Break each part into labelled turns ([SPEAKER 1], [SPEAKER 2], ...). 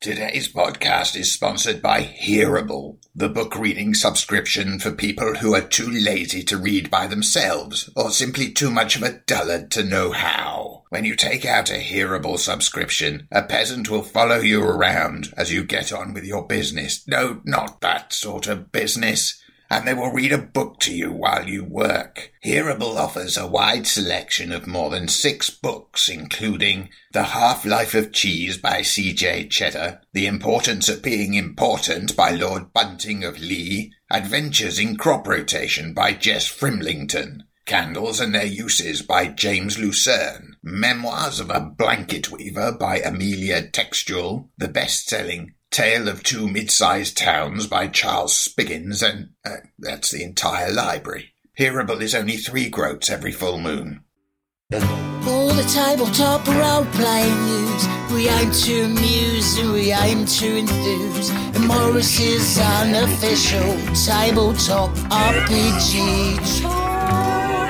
[SPEAKER 1] Today's podcast is sponsored by Hearable, the book reading subscription for people who are too lazy to read by themselves or simply too much of a dullard to know how. When you take out a Hearable subscription, a peasant will follow you around as you get on with your business. No, not that sort of business and they will read a book to you while you work. Hearable offers a wide selection of more than six books, including The Half-Life of Cheese by C.J. Cheddar, The Importance of Being Important by Lord Bunting of Lee, Adventures in Crop Rotation by Jess Frimlington, Candles and Their Uses by James Lucerne, Memoirs of a Blanket Weaver by Amelia Textual, the best-selling Tale of Two Mid-Sized Towns by Charles Spiggins, and uh, that's the entire library. Hearable is only three groats every full moon.
[SPEAKER 2] All the tabletop role playing news. We aim to amuse and we aim to enthuse. And Morris's unofficial tabletop RPG.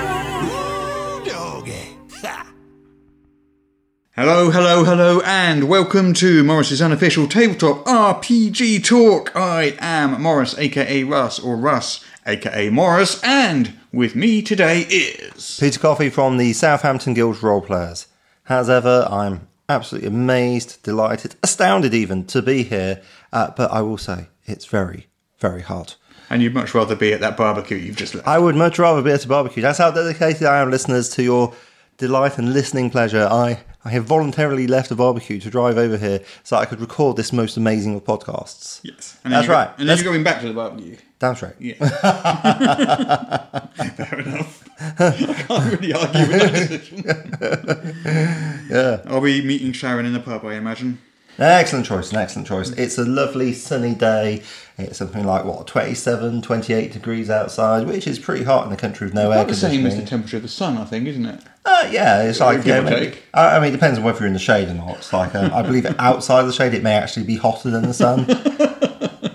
[SPEAKER 3] Hello, hello, hello, and welcome to Morris's unofficial tabletop RPG talk. I am Morris, aka Russ, or Russ, aka Morris, and with me today is.
[SPEAKER 4] Peter Coffey from the Southampton Guild Roleplayers. As ever, I'm absolutely amazed, delighted, astounded even to be here. Uh, but I will say, it's very, very hard.
[SPEAKER 3] And you'd much rather be at that barbecue you've just left.
[SPEAKER 4] I would much rather be at a barbecue. That's how dedicated I am, listeners, to your delight and listening pleasure. I, I have voluntarily left a barbecue to drive over here so I could record this most amazing of podcasts.
[SPEAKER 3] Yes.
[SPEAKER 4] That's right.
[SPEAKER 3] and then
[SPEAKER 4] Let's-
[SPEAKER 3] you're going back to the barbecue.
[SPEAKER 4] That's right.
[SPEAKER 3] Fair enough. I can't really argue with that decision. yeah. I'll be meeting Sharon in the pub, I imagine.
[SPEAKER 4] Excellent choice, an excellent choice. It's a lovely sunny day. It's something like, what, 27, 28 degrees outside, which is pretty hot in the country with no
[SPEAKER 3] About
[SPEAKER 4] air
[SPEAKER 3] the
[SPEAKER 4] conditioning.
[SPEAKER 3] same as the temperature of the sun, I think, isn't it?
[SPEAKER 4] Uh, yeah, it's like
[SPEAKER 3] give
[SPEAKER 4] yeah,
[SPEAKER 3] or
[SPEAKER 4] maybe-
[SPEAKER 3] take.
[SPEAKER 4] I, I mean, it depends on whether you're in the shade or not. It's like uh, I believe outside the shade, it may actually be hotter than the sun.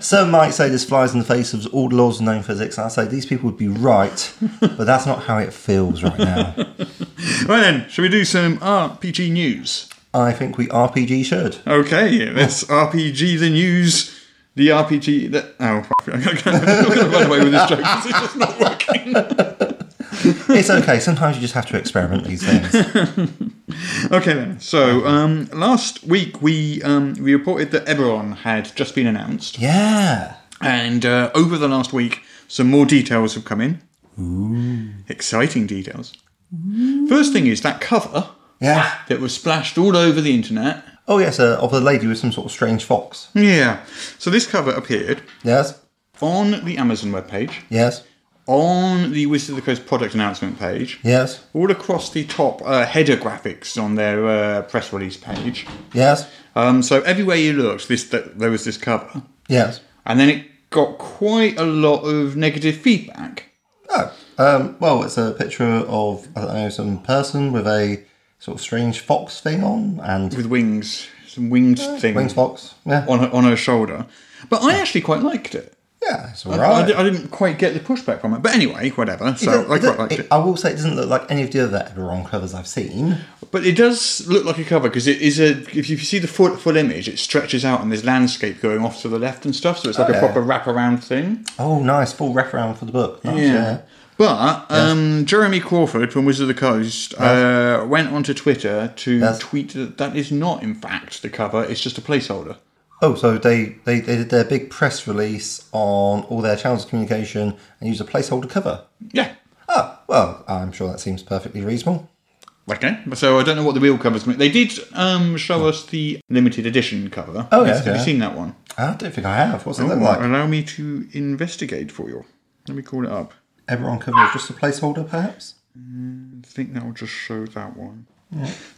[SPEAKER 4] Some might say this flies in the face of all the laws of known physics. I say these people would be right, but that's not how it feels right now.
[SPEAKER 3] Right then, shall we do some RPG news?
[SPEAKER 4] I think we RPG should.
[SPEAKER 3] Okay, that's RPG the news. The RPG that oh, I'm gonna run away with this joke. 'cause It's just not working.
[SPEAKER 4] It's okay. Sometimes you just have to experiment these things.
[SPEAKER 3] Okay then. So um, last week we um, we reported that Eberron had just been announced,
[SPEAKER 4] Yeah.
[SPEAKER 3] and uh, over the last week some more details have come in. Exciting details. First thing is that cover
[SPEAKER 4] Yeah.
[SPEAKER 3] that was splashed all over the internet.
[SPEAKER 4] Oh yes, uh, of the lady with some sort of strange fox.
[SPEAKER 3] Yeah. So this cover appeared
[SPEAKER 4] Yes.
[SPEAKER 3] on the Amazon webpage,
[SPEAKER 4] Yes.
[SPEAKER 3] on the Wizards of the Coast product announcement page.
[SPEAKER 4] Yes.
[SPEAKER 3] all across the top uh, header graphics on their uh, press release page.
[SPEAKER 4] Yes.
[SPEAKER 3] Um, so everywhere you looked, this th- there was this cover,
[SPEAKER 4] Yes.
[SPEAKER 3] and then it got quite a lot of negative feedback.
[SPEAKER 4] Oh, um, well, it's a picture of I don't know some person with a sort of strange fox thing on and
[SPEAKER 3] with wings, some winged thing
[SPEAKER 4] wings fox. Yeah,
[SPEAKER 3] on her, on her shoulder. But I actually quite liked it.
[SPEAKER 4] yeah, it's
[SPEAKER 3] I,
[SPEAKER 4] alright.
[SPEAKER 3] di- I didn't quite get the pushback from it, but anyway, whatever.
[SPEAKER 4] It
[SPEAKER 3] So
[SPEAKER 4] doesn't-
[SPEAKER 3] I
[SPEAKER 4] it
[SPEAKER 3] quite
[SPEAKER 4] doesn't-
[SPEAKER 3] liked
[SPEAKER 4] it-
[SPEAKER 3] it.
[SPEAKER 4] I will say it doesn't look like any of the other Eberron covers I've seen.
[SPEAKER 3] But it does look like a cover because it is a. If you see the full, full image, it stretches out and there's landscape going off to the left and stuff. So it's like a
[SPEAKER 4] Oh, yeah.
[SPEAKER 3] proper wraparound thing.
[SPEAKER 4] Oh, nice full wraparound for the book. Nice,
[SPEAKER 3] Yeah. But um, Jeremy Crawford from Wizard of the Coast uh, went onto Twitter to
[SPEAKER 4] Yes.
[SPEAKER 3] tweet that that is not, in fact, the cover. It's just a placeholder.
[SPEAKER 4] Oh, so they, they they did their big press release on all their channels of communication and used a placeholder cover.
[SPEAKER 3] Yeah.
[SPEAKER 4] Oh, well, I'm sure that seems perfectly reasonable.
[SPEAKER 3] Okay. So I don't know what the real covers mean. They did um, show us the limited edition cover.
[SPEAKER 4] Oh, yeah,
[SPEAKER 3] Have
[SPEAKER 4] yeah.
[SPEAKER 3] you seen that one?
[SPEAKER 4] I don't think I have. What's it
[SPEAKER 3] Oh,
[SPEAKER 4] look like?
[SPEAKER 3] Allow me to investigate for you. Let me call it up.
[SPEAKER 4] Eberron cover is just a placeholder, perhaps.
[SPEAKER 3] I think that will just show that one.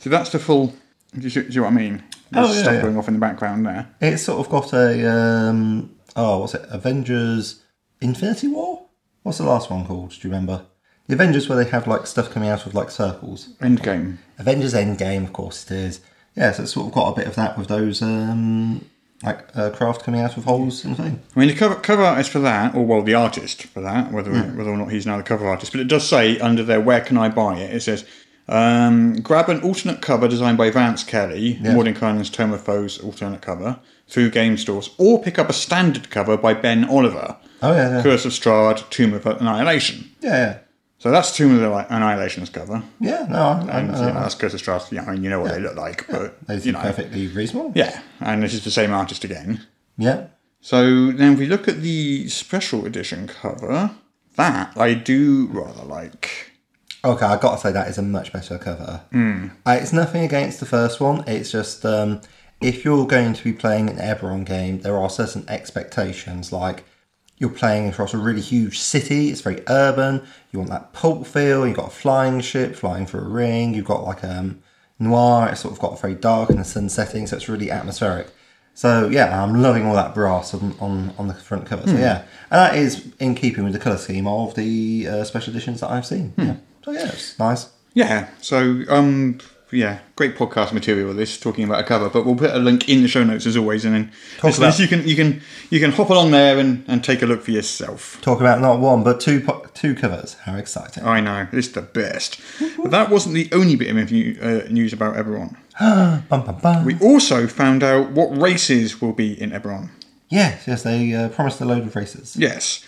[SPEAKER 3] So that's the full. Do you see, do you know what I mean?
[SPEAKER 4] Oh,
[SPEAKER 3] There's
[SPEAKER 4] yeah,
[SPEAKER 3] stuff
[SPEAKER 4] yeah.
[SPEAKER 3] going off in the background there.
[SPEAKER 4] It's sort of got a um oh what's it Avengers Infinity War? What's the last one called? Do you remember? The Avengers where they have like stuff coming out of like circles.
[SPEAKER 3] Endgame.
[SPEAKER 4] Avengers Endgame, of course it is. Yeah, so it's sort of got a bit of that with those um like uh, craft coming out of holes and thing.
[SPEAKER 3] I mean, the cover, cover artist for that, or well, the artist for that, whether whether or not he's now the cover artist, but it does say under there, where can I buy it? It says Um, grab an alternate cover designed by Vance Kelly,
[SPEAKER 4] Yeah.
[SPEAKER 3] Mordenkainen's Tome of Foes alternate cover, through game stores, or pick up a standard cover by Ben Oliver,
[SPEAKER 4] Oh yeah, yeah,
[SPEAKER 3] Curse of Strahd, Tomb of Annihilation.
[SPEAKER 4] yeah,
[SPEAKER 3] So that's Tomb of Annihilation's cover.
[SPEAKER 4] yeah. yeah no, I, I,
[SPEAKER 3] And you know,
[SPEAKER 4] I,
[SPEAKER 3] that's Curse of Strahd. Yeah, I mean, you know what they look like,
[SPEAKER 4] they
[SPEAKER 3] but you
[SPEAKER 4] seem
[SPEAKER 3] know,
[SPEAKER 4] perfectly reasonable.
[SPEAKER 3] yeah. And this is the same artist again.
[SPEAKER 4] yeah.
[SPEAKER 3] So then, if we look at the special edition cover, that I do rather like.
[SPEAKER 4] Okay, I gotta say that is a much better cover. Uh, it's nothing against the first one. It's just um, if you're going to be playing an Eberron game, there are certain expectations. Like you're playing across a really huge city. It's very urban. You want that pulp feel. You've got a flying ship flying through a ring. You've got like um, noir. It's sort of got very dark and the sun setting, so it's really atmospheric. So yeah, I'm loving all that brass on on, on the front cover. So yeah, and that is in keeping with the color scheme of the uh, special editions that I've seen. Yeah. So yeah, it's nice.
[SPEAKER 3] Yeah. So um, yeah, great podcast material. This talking about a cover, but we'll put a link in the show notes as always, and then listen,
[SPEAKER 4] about-
[SPEAKER 3] you can you can you can hop along there and, and take a look for yourself.
[SPEAKER 4] Talk about not one but two po- two covers. How exciting!
[SPEAKER 3] I know it's the best. But that wasn't the only bit of new, uh, news about Eberron.
[SPEAKER 4] Bum, bum, bum.
[SPEAKER 3] We also found out what races will be in Eberron.
[SPEAKER 4] yes, yes, they uh, promised a load of races.
[SPEAKER 3] Yes.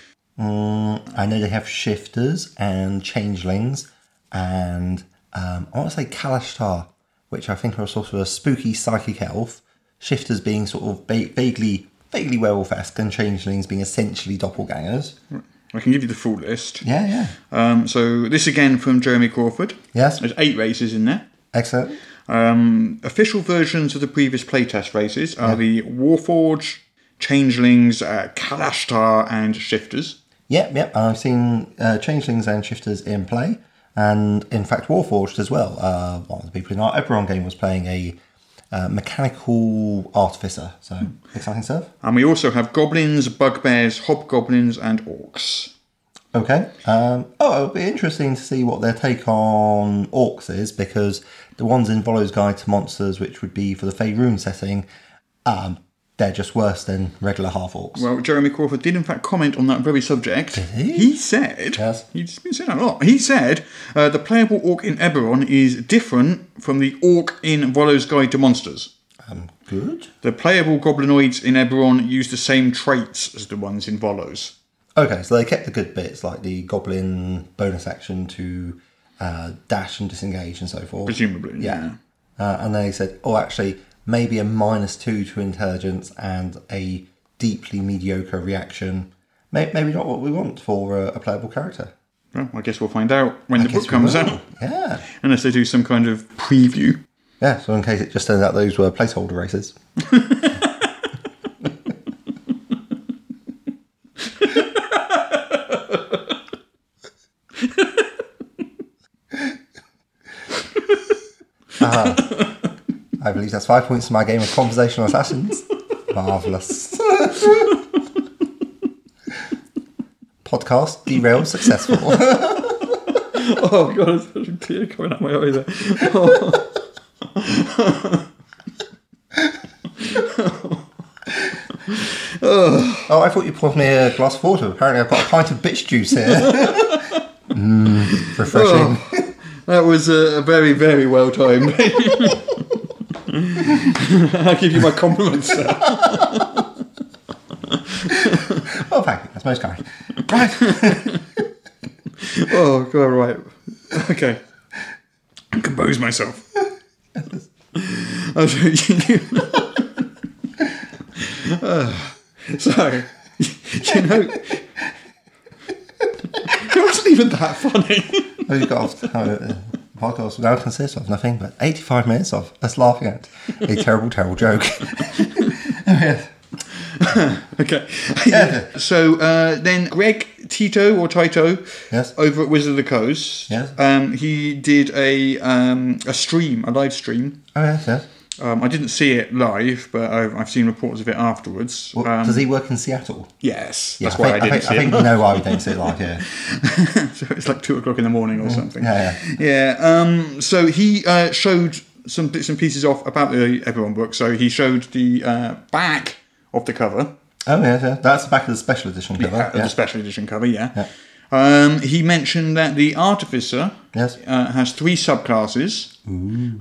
[SPEAKER 4] I know they have shifters and changelings, and um, I want to say Kalashtar, which I think are sort of a spooky psychic elf. Shifters being sort of ba- vaguely vaguely werewolf-esque, and changelings being essentially doppelgangers.
[SPEAKER 3] I can give you the full list.
[SPEAKER 4] Yeah, yeah,
[SPEAKER 3] Um, so this again from Jeremy Crawford.
[SPEAKER 4] yes,
[SPEAKER 3] There's eight races in there.
[SPEAKER 4] excellent.
[SPEAKER 3] Um, official versions of the previous playtest races are the Warforge, Changelings, uh, Kalashtar, and Shifters.
[SPEAKER 4] Yep, yep. I've seen uh, Changelings and Shifters in play, and in fact, Warforged as well. Uh, one of the people in our Eberron game was playing a uh, mechanical artificer, so exciting stuff.
[SPEAKER 3] And we also have Goblins, Bugbears, Hobgoblins, and Orcs.
[SPEAKER 4] Okay. Um, oh, it'll be interesting to see what their take on orcs is because the ones in Volo's Guide to Monsters, which would be for the Faerun setting, um, they're just worse than regular half orcs.
[SPEAKER 3] Well, Jeremy Crawford did in fact comment on that very subject. he? said,
[SPEAKER 4] Yes.
[SPEAKER 3] he's been saying that a lot. He said, uh, the playable orc in Eberron is different from the orc in Volo's Guide to Monsters.
[SPEAKER 4] um, good.
[SPEAKER 3] The playable goblinoids in Eberron use the same traits as the ones in Volo's.
[SPEAKER 4] Okay, so they kept the good bits like the goblin bonus action to uh, dash and disengage and so forth.
[SPEAKER 3] Presumably,
[SPEAKER 4] Yeah. Uh, and they said, oh, actually, maybe a minus two to intelligence and a deeply mediocre reaction. May- Maybe not what we want for a, a playable character.
[SPEAKER 3] Well, I guess we'll find out when the
[SPEAKER 4] Guess
[SPEAKER 3] book
[SPEAKER 4] we
[SPEAKER 3] comes
[SPEAKER 4] will.
[SPEAKER 3] out,
[SPEAKER 4] Yeah.
[SPEAKER 3] unless they do some kind of preview.
[SPEAKER 4] Yeah, so in case it just turns out those were placeholder races. Ah, I believe that's five points to my game of conversational assassins. Marvellous. Podcast derailed successful.
[SPEAKER 3] Oh god, there's such a tear coming out my eye there.
[SPEAKER 4] Oh, I thought you poured me a glass of water. Apparently, I've got a pint of bitch juice here. mm, refreshing.
[SPEAKER 3] Oh. That was a, a very, very well timed. I'll give you my compliments. Sir.
[SPEAKER 4] Oh. thank you. That's most kind. Right.
[SPEAKER 3] Oh god, right. Okay, I compose myself. Oh, so you- Ah, so you know, it wasn't even that funny.
[SPEAKER 4] We've got a uh, podcast now consists of nothing but 85 minutes of us laughing at a terrible, terrible joke.
[SPEAKER 3] Okay. so uh, then Greg Tito or Tito
[SPEAKER 4] Yes.
[SPEAKER 3] over at Wizard of the Coast.
[SPEAKER 4] Yes.
[SPEAKER 3] Um, he did a um, a stream, a live stream.
[SPEAKER 4] Oh, yes, yes.
[SPEAKER 3] Um, I didn't see it live, but I've, I've seen reports of it afterwards.
[SPEAKER 4] Well,
[SPEAKER 3] um,
[SPEAKER 4] does he work in Seattle?
[SPEAKER 3] yes,
[SPEAKER 4] Yeah,
[SPEAKER 3] that's
[SPEAKER 4] I
[SPEAKER 3] why
[SPEAKER 4] think,
[SPEAKER 3] I didn't
[SPEAKER 4] think, I think
[SPEAKER 3] see
[SPEAKER 4] you know why we don't see it live here.
[SPEAKER 3] it. so it's like two o'clock in the morning or something.
[SPEAKER 4] Mm-hmm. Yeah,
[SPEAKER 3] Yeah. Um, so he uh, showed some bits and pieces off about the Everyone book. So he showed the uh, back of the cover.
[SPEAKER 4] Oh, yes, yes. That's the back of the special edition cover.
[SPEAKER 3] Uh,
[SPEAKER 4] Yeah.
[SPEAKER 3] the special edition cover, yeah. Um, he mentioned that the artificer
[SPEAKER 4] Yes.
[SPEAKER 3] uh, has three subclasses,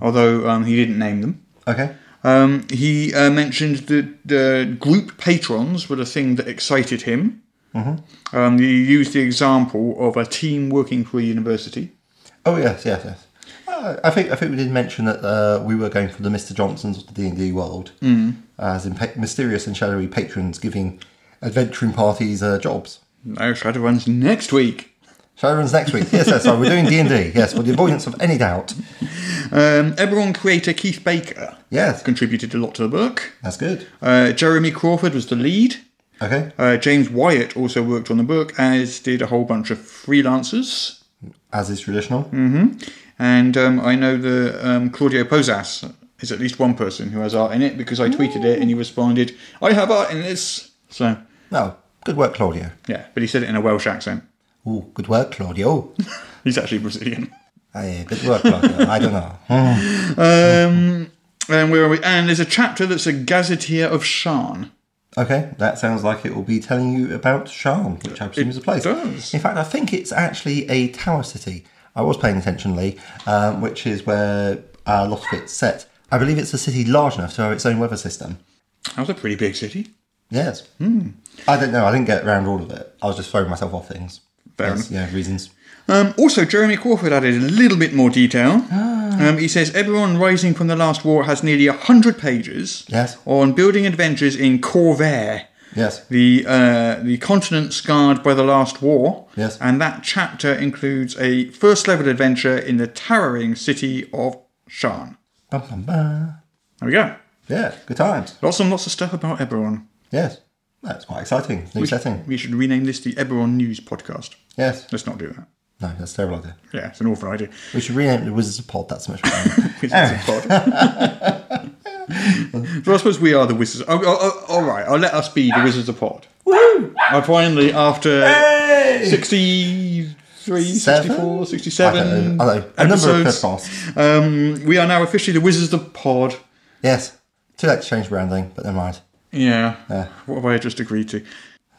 [SPEAKER 3] although um, he didn't name them.
[SPEAKER 4] Okay.
[SPEAKER 3] Um, he uh, mentioned that the group patrons were the thing that excited him.
[SPEAKER 4] Mm-hmm.
[SPEAKER 3] Um, he used the example of a team working for a university.
[SPEAKER 4] Oh yes, yes, yes. Uh, I think I think we did mention that uh, we were going for the Mister Johnsons of the D and D world, mm. as in pa- mysterious and shadowy patrons giving adventuring parties uh, jobs.
[SPEAKER 3] No Shadowruns next week.
[SPEAKER 4] Shadowruns next week. Yes, yes. So we're doing D and D. Yes, for the avoidance of any doubt.
[SPEAKER 3] Um, Eberron creator Keith Baker
[SPEAKER 4] Yes,
[SPEAKER 3] contributed a lot to the book.
[SPEAKER 4] that's good.
[SPEAKER 3] Uh, Jeremy Crawford was the lead.
[SPEAKER 4] Okay.
[SPEAKER 3] Uh, James Wyatt also worked on the book, as did a whole bunch of freelancers.
[SPEAKER 4] As is traditional.
[SPEAKER 3] And um, I know the um, Claudio Posas is at least one person who has art in it because I tweeted it and he responded, "I have art in this." So
[SPEAKER 4] No, good work, Claudio.
[SPEAKER 3] yeah, but he said it in a Welsh accent.
[SPEAKER 4] Oh, good work, Claudio.
[SPEAKER 3] He's actually Brazilian.
[SPEAKER 4] Hey, good work, Claudio. I don't know. Hmm.
[SPEAKER 3] Um, and where are we? And there's a chapter that's a gazetteer of Shan.
[SPEAKER 4] Okay, that sounds like it will be telling you about Sharm, which I presume
[SPEAKER 3] It
[SPEAKER 4] is a place.
[SPEAKER 3] does.
[SPEAKER 4] In fact, I think it's actually a tower city. I was paying attention, Lee, um, which is where a lot of it's set. I believe it's a city large enough to have its own weather system.
[SPEAKER 3] That was a pretty big city.
[SPEAKER 4] Yes.
[SPEAKER 3] Hmm.
[SPEAKER 4] I don't know. I didn't get around all of it. I was just throwing myself off things.
[SPEAKER 3] Fair
[SPEAKER 4] Yes, yeah, reasons.
[SPEAKER 3] Um, also, Jeremy Crawford added a little bit more detail.
[SPEAKER 4] Ah.
[SPEAKER 3] Um, he says everyone rising from the last war has nearly hundred pages
[SPEAKER 4] Yes.
[SPEAKER 3] on building adventures in Corvair,
[SPEAKER 4] Yes.
[SPEAKER 3] the uh, the continent scarred by the last war.
[SPEAKER 4] Yes.
[SPEAKER 3] and that chapter includes a first level adventure in the towering city of Shan.
[SPEAKER 4] Bum, bum, bum.
[SPEAKER 3] There we go.
[SPEAKER 4] Yeah, good times.
[SPEAKER 3] Lots and lots of stuff about Eberron.
[SPEAKER 4] Yes. That's quite exciting. New
[SPEAKER 3] We,
[SPEAKER 4] setting.
[SPEAKER 3] we should rename this the Eberron News Podcast.
[SPEAKER 4] Yes.
[SPEAKER 3] Let's not do that.
[SPEAKER 4] No, that's a terrible idea.
[SPEAKER 3] Yeah, it's an awful idea.
[SPEAKER 4] We should rename it the Wizards of Pod. That's much better.
[SPEAKER 3] Wizards of Pod.
[SPEAKER 4] Eh.
[SPEAKER 3] so I suppose we are the Wizards. Oh, oh, oh, all right, I'll let us be the Wizards of Pod. Woo! I finally, after 63,
[SPEAKER 4] Seven?
[SPEAKER 3] 64,
[SPEAKER 4] I don't
[SPEAKER 3] 67
[SPEAKER 4] know. I don't know. A number of
[SPEAKER 3] episodes,
[SPEAKER 4] podcasts.
[SPEAKER 3] um, we are now officially the Wizards of Pod.
[SPEAKER 4] Yes. Too late to change branding, but never mind.
[SPEAKER 3] Yeah. What have I just agreed to?
[SPEAKER 4] Do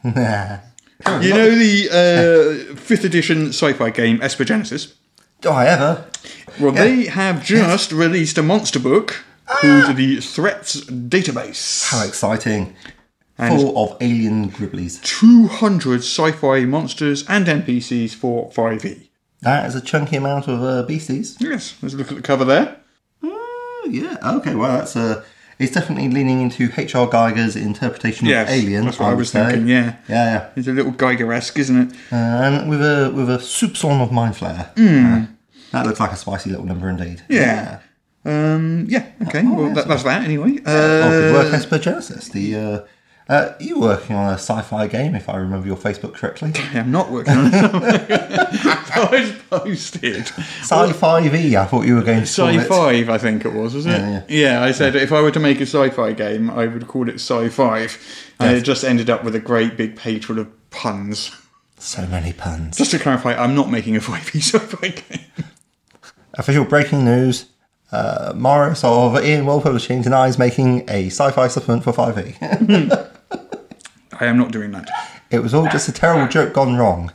[SPEAKER 3] You know the uh, fifth edition sci-fi game Espergenesis?
[SPEAKER 4] I ever?
[SPEAKER 3] Well, they have just released a monster book
[SPEAKER 4] Ah!
[SPEAKER 3] called the Threats Database.
[SPEAKER 4] How exciting. Full of alien gribblies.
[SPEAKER 3] 200 sci-fi monsters and NPCs for 5e.
[SPEAKER 4] That is a chunky amount of uh, beasties.
[SPEAKER 3] Yes, let's look at the cover there.
[SPEAKER 4] Oh, yeah. Okay, well, that's Uh, it's definitely leaning into H.R. Geiger's interpretation
[SPEAKER 3] Yes,
[SPEAKER 4] of aliens.
[SPEAKER 3] that's what I
[SPEAKER 4] would
[SPEAKER 3] was
[SPEAKER 4] say.
[SPEAKER 3] thinking, yeah.
[SPEAKER 4] Yeah,
[SPEAKER 3] It's a little Geiger-esque, isn't it?
[SPEAKER 4] yeah. Uh, And with a, with a soupçon of mind flair. Uh, that looks like a spicy little number indeed.
[SPEAKER 3] Hmm. Yeah. Um, yeah, okay, well, that, that's that anyway.
[SPEAKER 4] Oh,
[SPEAKER 3] Uh,
[SPEAKER 4] good work, Esper Genesis. The uh, uh, you were working on a sci-fi game, if I remember your Facebook correctly.
[SPEAKER 3] I am not working on it. I was posted.
[SPEAKER 4] Sci-fi V. E, I thought you were going to call
[SPEAKER 3] Sci
[SPEAKER 4] it.
[SPEAKER 3] Five, I think it was, was it?
[SPEAKER 4] Yeah,
[SPEAKER 3] I said if I were to make a sci fi game, I would call it Sci Five. And it just ended up with a great big page full of puns.
[SPEAKER 4] So many puns.
[SPEAKER 3] Just to clarify, I'm not making a 5e sci fi game.
[SPEAKER 4] Official breaking news. Uh, Morris of Ian Well Publishing denies making a sci-fi supplement for E. 5e.
[SPEAKER 3] I am not doing that.
[SPEAKER 4] it was all just a terrible joke gone wrong.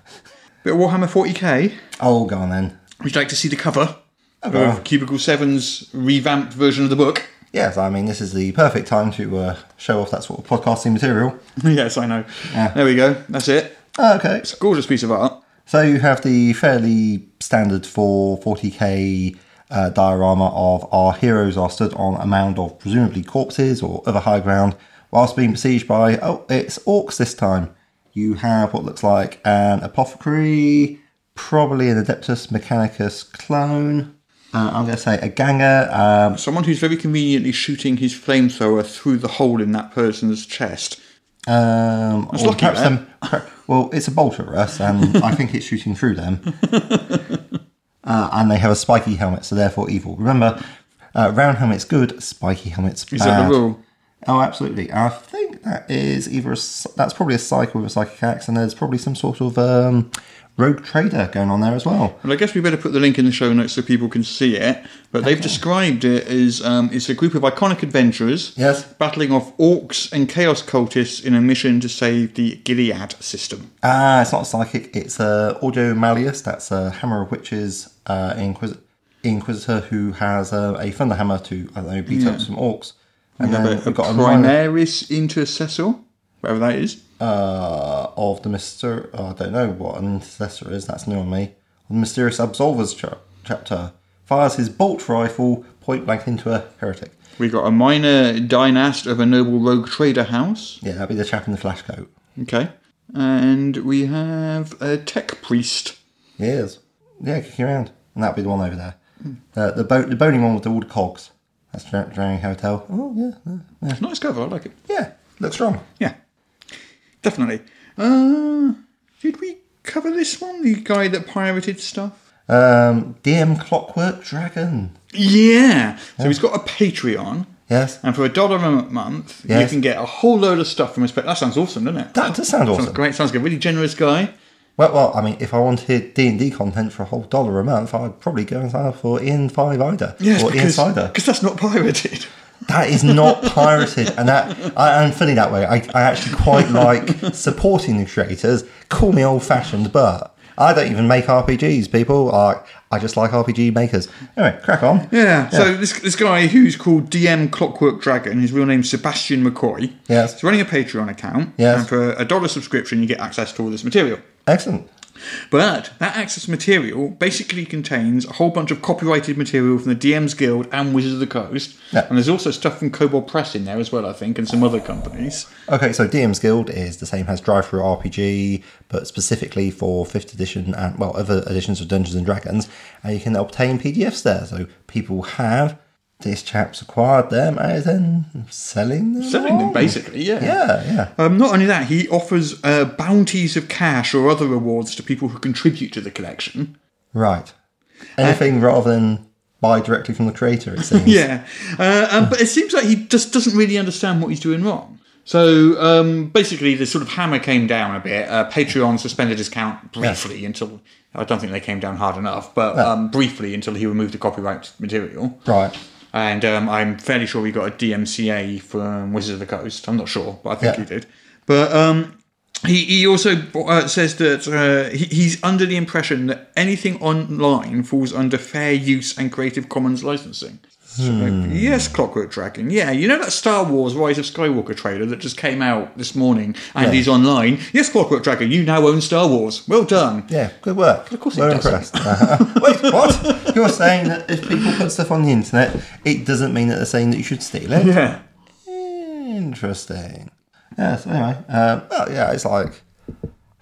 [SPEAKER 3] Bit of Warhammer 40k.
[SPEAKER 4] Oh, gone then.
[SPEAKER 3] Would you like to see the cover
[SPEAKER 4] wow.
[SPEAKER 3] of Cubicle 7's revamped version of the book?
[SPEAKER 4] Yes, I mean this is the perfect time to uh, show off that sort of podcasting material.
[SPEAKER 3] yes, I know. There we go. That's it.
[SPEAKER 4] Okay.
[SPEAKER 3] It's a gorgeous piece of art.
[SPEAKER 4] So you have the fairly standard for 40k uh, diorama of our heroes are stood on a mound of presumably corpses or other high ground whilst being besieged by, oh, it's orcs this time. You have what looks like an apothecary, probably an Adeptus Mechanicus clone. Uh, I'm going to say a ganger. Um,
[SPEAKER 3] Someone who's very conveniently shooting his flamethrower through the hole in that person's chest.
[SPEAKER 4] um, or
[SPEAKER 3] lucky,
[SPEAKER 4] perhaps
[SPEAKER 3] that.
[SPEAKER 4] them- per- well, it's a bolt at us, and I think it's shooting through them. Uh, and they have a spiky helmet, so therefore evil. Remember, uh, round helmet's good, spiky helmet's bad.
[SPEAKER 3] Is that the rule?
[SPEAKER 4] Oh, absolutely. I think think that is either a, s- that's probably a psych with a psychic axe, and there's probably some sort of um, rogue trader going on there as well.
[SPEAKER 3] Well, I guess we better put the link in the show notes so people can see it. But they've described it as um, it's a group of iconic adventurers
[SPEAKER 4] Yes.
[SPEAKER 3] battling off orcs and chaos cultists in a mission to save the Gilead system.
[SPEAKER 4] Ah, it's not psychic. It's uh, Audio Malleus. That's a hammer of witches uh, inquis- inquisitor who has uh, a thunder hammer to I don't know beat up some orcs. And then
[SPEAKER 3] a
[SPEAKER 4] we've got a minor
[SPEAKER 3] primaris intercessor, whatever that is.
[SPEAKER 4] uh, of the Mister. Oh, I don't know what an intercessor is. That's new on me. The mysterious absolvers cha- chapter fires his bolt rifle point blank into a heretic.
[SPEAKER 3] We got a minor dynast of a noble rogue trader house.
[SPEAKER 4] Yeah, that'd be the chap in the flash coat.
[SPEAKER 3] Okay. And we have a tech priest.
[SPEAKER 4] He is. Yeah, kick you around. And that'd be the one over there. Uh, the bo- the boning one with all the cogs. That's Dra- Drowning Hotel. Oh yeah, yeah.
[SPEAKER 3] Nice cover, I like it.
[SPEAKER 4] Yeah, looks strong.
[SPEAKER 3] Yeah, definitely. Uh, did we cover this one? The guy that pirated stuff?
[SPEAKER 4] Um, DM Clockwork Dragon.
[SPEAKER 3] Yeah. So he's got a Patreon,
[SPEAKER 4] Yes.
[SPEAKER 3] and for a dollar a month, you
[SPEAKER 4] Yes.
[SPEAKER 3] can get a whole load of stuff from his. Pat- That sounds awesome, doesn't it?
[SPEAKER 4] That does sound
[SPEAKER 3] Sounds
[SPEAKER 4] awesome.
[SPEAKER 3] great. Sounds good. Really generous guy.
[SPEAKER 4] Well, well, I mean, if I wanted D and D content for a whole dollar a month, I'd probably go and sign up for Ian Five Ida
[SPEAKER 3] Yes,
[SPEAKER 4] or
[SPEAKER 3] because
[SPEAKER 4] Ian Cider.
[SPEAKER 3] because that's not pirated.
[SPEAKER 4] That is not pirated, and that I, I'm funny that way. I, I actually quite like supporting the creators. Call me old fashioned, but I don't even make RPGs. People, I I just like RPG makers. Anyway, crack on.
[SPEAKER 3] Yeah. So this this guy who's called DM Clockwork Dragon, his real name's Sebastian McCoy.
[SPEAKER 4] Yes.
[SPEAKER 3] He's running a Patreon account.
[SPEAKER 4] Yes.
[SPEAKER 3] And for a dollar subscription, you get access to all this material.
[SPEAKER 4] Excellent.
[SPEAKER 3] But that access material basically contains a whole bunch of copyrighted material from the DM's Guild and Wizards of the Coast.
[SPEAKER 4] Yeah.
[SPEAKER 3] And there's also stuff from Cobalt Press in there as well, I think, and some other companies.
[SPEAKER 4] Okay, so DM's Guild is the same as Drive Through RPG, but specifically for 5th edition and, well, other editions of Dungeons and Dragons. And you can obtain PDFs there. So people have, this chap's acquired them and then selling them.
[SPEAKER 3] Selling them,
[SPEAKER 4] on.
[SPEAKER 3] basically, yeah.
[SPEAKER 4] Yeah, yeah.
[SPEAKER 3] Um, not only that, he offers uh, bounties of cash or other rewards to people who contribute to the collection.
[SPEAKER 4] Right. Anything rather than buy directly from the creator, it seems.
[SPEAKER 3] Yeah, uh, um, but it seems like he just doesn't really understand what he's doing wrong. So um, basically, the sort of hammer came down a bit. Uh, Patreon suspended his account briefly until I don't think they came down hard enough, but um, briefly until he removed the copyright material.
[SPEAKER 4] Right.
[SPEAKER 3] And um, I'm fairly sure we got a DMCA from Wizards of the Coast. I'm not sure, but I think
[SPEAKER 4] Yeah.
[SPEAKER 3] he did. But um, he, he also uh, says that uh, he, he's under the impression that anything online falls under fair use and Creative Commons licensing. So, Yes, Clockwork Dragon. Yeah, you know that Star Wars Rise of Skywalker trailer that just came out this morning and is online? Yes, Clockwork Dragon, you now own Star Wars. Well done.
[SPEAKER 4] Yeah, good work. Of
[SPEAKER 3] course it
[SPEAKER 4] We're
[SPEAKER 3] doesn't.
[SPEAKER 4] impressed. Uh-huh. Wait, what? You're saying that if people put stuff on the internet, it doesn't mean that they're saying that you should steal it?
[SPEAKER 3] Yeah.
[SPEAKER 4] Interesting. Yeah. So anyway, um, well, yeah, it's like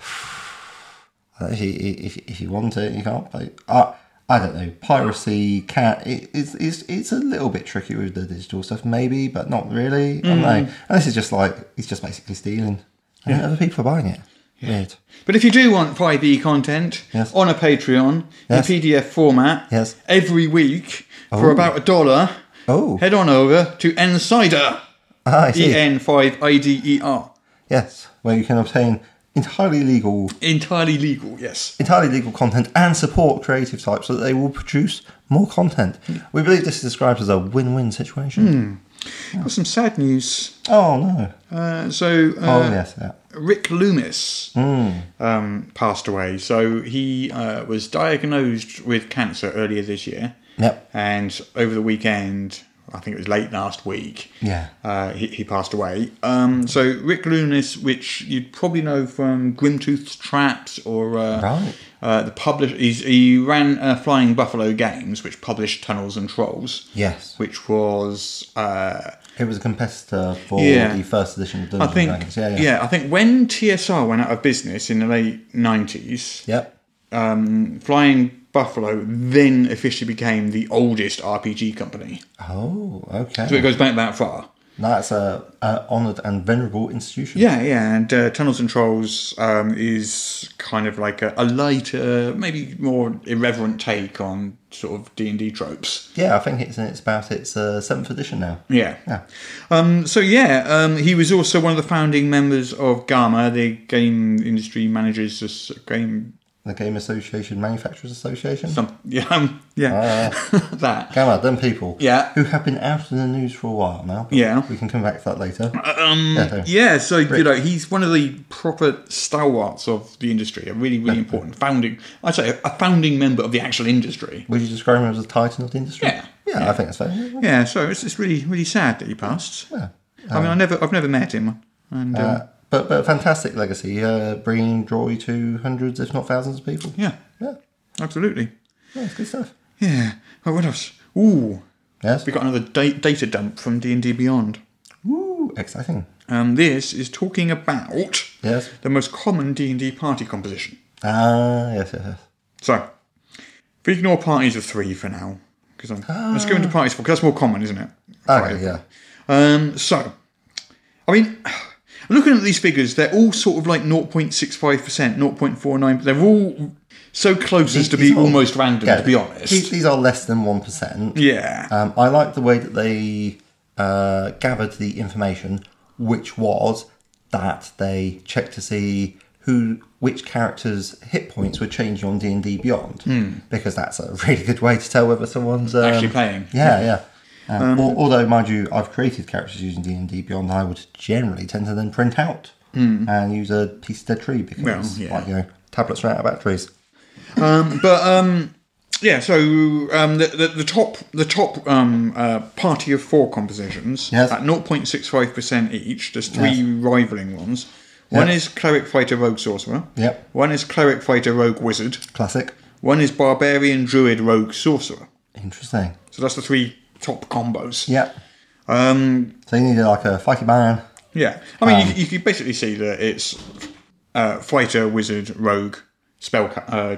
[SPEAKER 4] I don't know, if you, if, if you want it, you can't. Play. I I don't know. Piracy can it, it's it's it's a little bit tricky with the digital stuff, maybe, but not really. I don't know. And this is just like it's just basically stealing. And other people are buying it. Weird.
[SPEAKER 3] But if you do want 5e content
[SPEAKER 4] Yes.
[SPEAKER 3] on a Patreon
[SPEAKER 4] Yes.
[SPEAKER 3] in PDF format
[SPEAKER 4] Yes.
[SPEAKER 3] every week for
[SPEAKER 4] Oh.
[SPEAKER 3] about a dollar,
[SPEAKER 4] Oh.
[SPEAKER 3] head on over to E Encider,
[SPEAKER 4] Ah, I see.
[SPEAKER 3] E-N-5-I-D-E-R.
[SPEAKER 4] Yes, where you can obtain entirely legal
[SPEAKER 3] Entirely legal, yes.
[SPEAKER 4] entirely legal content and support creative types so that they will produce more content.
[SPEAKER 3] Hmm.
[SPEAKER 4] We believe this is described as a win-win situation.
[SPEAKER 3] Got some sad news.
[SPEAKER 4] Oh no!
[SPEAKER 3] Hmm. Uh, so, uh,
[SPEAKER 4] oh yes, yeah. Mm.
[SPEAKER 3] Rick Loomis um, passed away. So he uh, was diagnosed with cancer earlier this year.
[SPEAKER 4] Yep.
[SPEAKER 3] And over the weekend, I think it was late last week,
[SPEAKER 4] Yeah.
[SPEAKER 3] uh, he, he passed away. Um, so Rick Loomis, which you'd probably know from Grimtooth's Traps or uh,
[SPEAKER 4] Right.
[SPEAKER 3] uh, the publish, he's, he ran uh, Flying Buffalo Games, which published Tunnels and Trolls.
[SPEAKER 4] Yes.
[SPEAKER 3] Which was uh,
[SPEAKER 4] It was a competitor for
[SPEAKER 3] Yeah.
[SPEAKER 4] the first edition of
[SPEAKER 3] I
[SPEAKER 4] Dungeons
[SPEAKER 3] think
[SPEAKER 4] and Dragons. Yeah, yeah.
[SPEAKER 3] I think when TSR went out of business in the late nineties,
[SPEAKER 4] Yep.
[SPEAKER 3] Flying Buffalo then officially became the oldest RPG company.
[SPEAKER 4] Oh, okay.
[SPEAKER 3] So it goes back that far.
[SPEAKER 4] That's a, a honoured and venerable institution.
[SPEAKER 3] Yeah, yeah, and uh, Tunnels and Trolls um, is kind of like a, a lighter, maybe more irreverent take on sort of D and D tropes.
[SPEAKER 4] Yeah, I think it's it's about its uh, seventh edition now.
[SPEAKER 3] Yeah,
[SPEAKER 4] Yeah.
[SPEAKER 3] Um, so yeah, um, he was also one of the founding members of GAMA, the Game Industry Managers As- Game.
[SPEAKER 4] The Game Association Manufacturers Association.
[SPEAKER 3] Some, yeah, um, yeah, that.
[SPEAKER 4] Come on, them people.
[SPEAKER 3] Yeah.
[SPEAKER 4] Who have been out of the news for a while now. but
[SPEAKER 3] Yeah. Uh, um,
[SPEAKER 4] We can come back to that later. yeah.
[SPEAKER 3] Yeah, so you know he's one of the proper stalwarts of the industry. A really, really important founding. I'd say a founding member of the actual industry.
[SPEAKER 4] Would you describe him as a titan of the industry?
[SPEAKER 3] Yeah.
[SPEAKER 4] Yeah, I think that's fair.
[SPEAKER 3] Yeah, so it's, it's really, really sad that he passed. I mean, I never, I've never met him, and um,
[SPEAKER 4] Oh. Uh, but, but fantastic legacy, uh, bringing joy to hundreds, if not thousands of people.
[SPEAKER 3] yeah,
[SPEAKER 4] Yeah.
[SPEAKER 3] absolutely.
[SPEAKER 4] Yeah, it's good stuff.
[SPEAKER 3] Yeah. Oh, what else? Ooh,
[SPEAKER 4] Yes.
[SPEAKER 3] we got another da- data dump from D and D Beyond.
[SPEAKER 4] Ooh, exciting.
[SPEAKER 3] Um, this is talking about
[SPEAKER 4] Yes.
[SPEAKER 3] the most common D and D party composition.
[SPEAKER 4] Ah, yes, yes, yes.
[SPEAKER 3] So, if we ignore parties of three for now, because I'm let's go
[SPEAKER 4] Ah.
[SPEAKER 3] into parties of four because that's more common, isn't it?
[SPEAKER 4] Okay,
[SPEAKER 3] Right.
[SPEAKER 4] yeah.
[SPEAKER 3] Um, so, I mean, looking at these figures, they're all sort of like 0.65%, 0.49%. They're all so close as to
[SPEAKER 4] These
[SPEAKER 3] be
[SPEAKER 4] are-
[SPEAKER 3] almost random,
[SPEAKER 4] yeah,
[SPEAKER 3] to be
[SPEAKER 4] These,
[SPEAKER 3] honest.
[SPEAKER 4] these are less than 1%.
[SPEAKER 3] Yeah.
[SPEAKER 4] Um, I like the way that they uh, gathered the information, which was that they checked to see who which characters' hit points were changing on D and D Beyond, because that's a really good way to tell whether someone's um,
[SPEAKER 3] Hmm. Actually playing. Hmm.
[SPEAKER 4] Yeah, yeah. Um, al- although, mind you, I've created characters using D and D Beyond. I would generally tend to then print out and use a piece of dead tree because,
[SPEAKER 3] Hmm. Well, yeah.
[SPEAKER 4] like you know, tablets run out of batteries.
[SPEAKER 3] But, um, yeah, so um, the, the, the top the top um, uh, party of four compositions
[SPEAKER 4] Yes.
[SPEAKER 3] at 0.65% each, there's three rivaling ones. One
[SPEAKER 4] Yeah.
[SPEAKER 3] is Cleric Fighter Rogue Sorcerer.
[SPEAKER 4] Yep.
[SPEAKER 3] One is Cleric Fighter Rogue Wizard.
[SPEAKER 4] Classic.
[SPEAKER 3] One is Barbarian Druid Rogue Sorcerer.
[SPEAKER 4] Interesting.
[SPEAKER 3] So that's the three top combos.
[SPEAKER 4] Yeah.
[SPEAKER 3] Um,
[SPEAKER 4] So you needed like a fighting man.
[SPEAKER 3] yeah. I mean, you, you can basically see that it's uh, fighter, wizard, rogue, spell. Uh,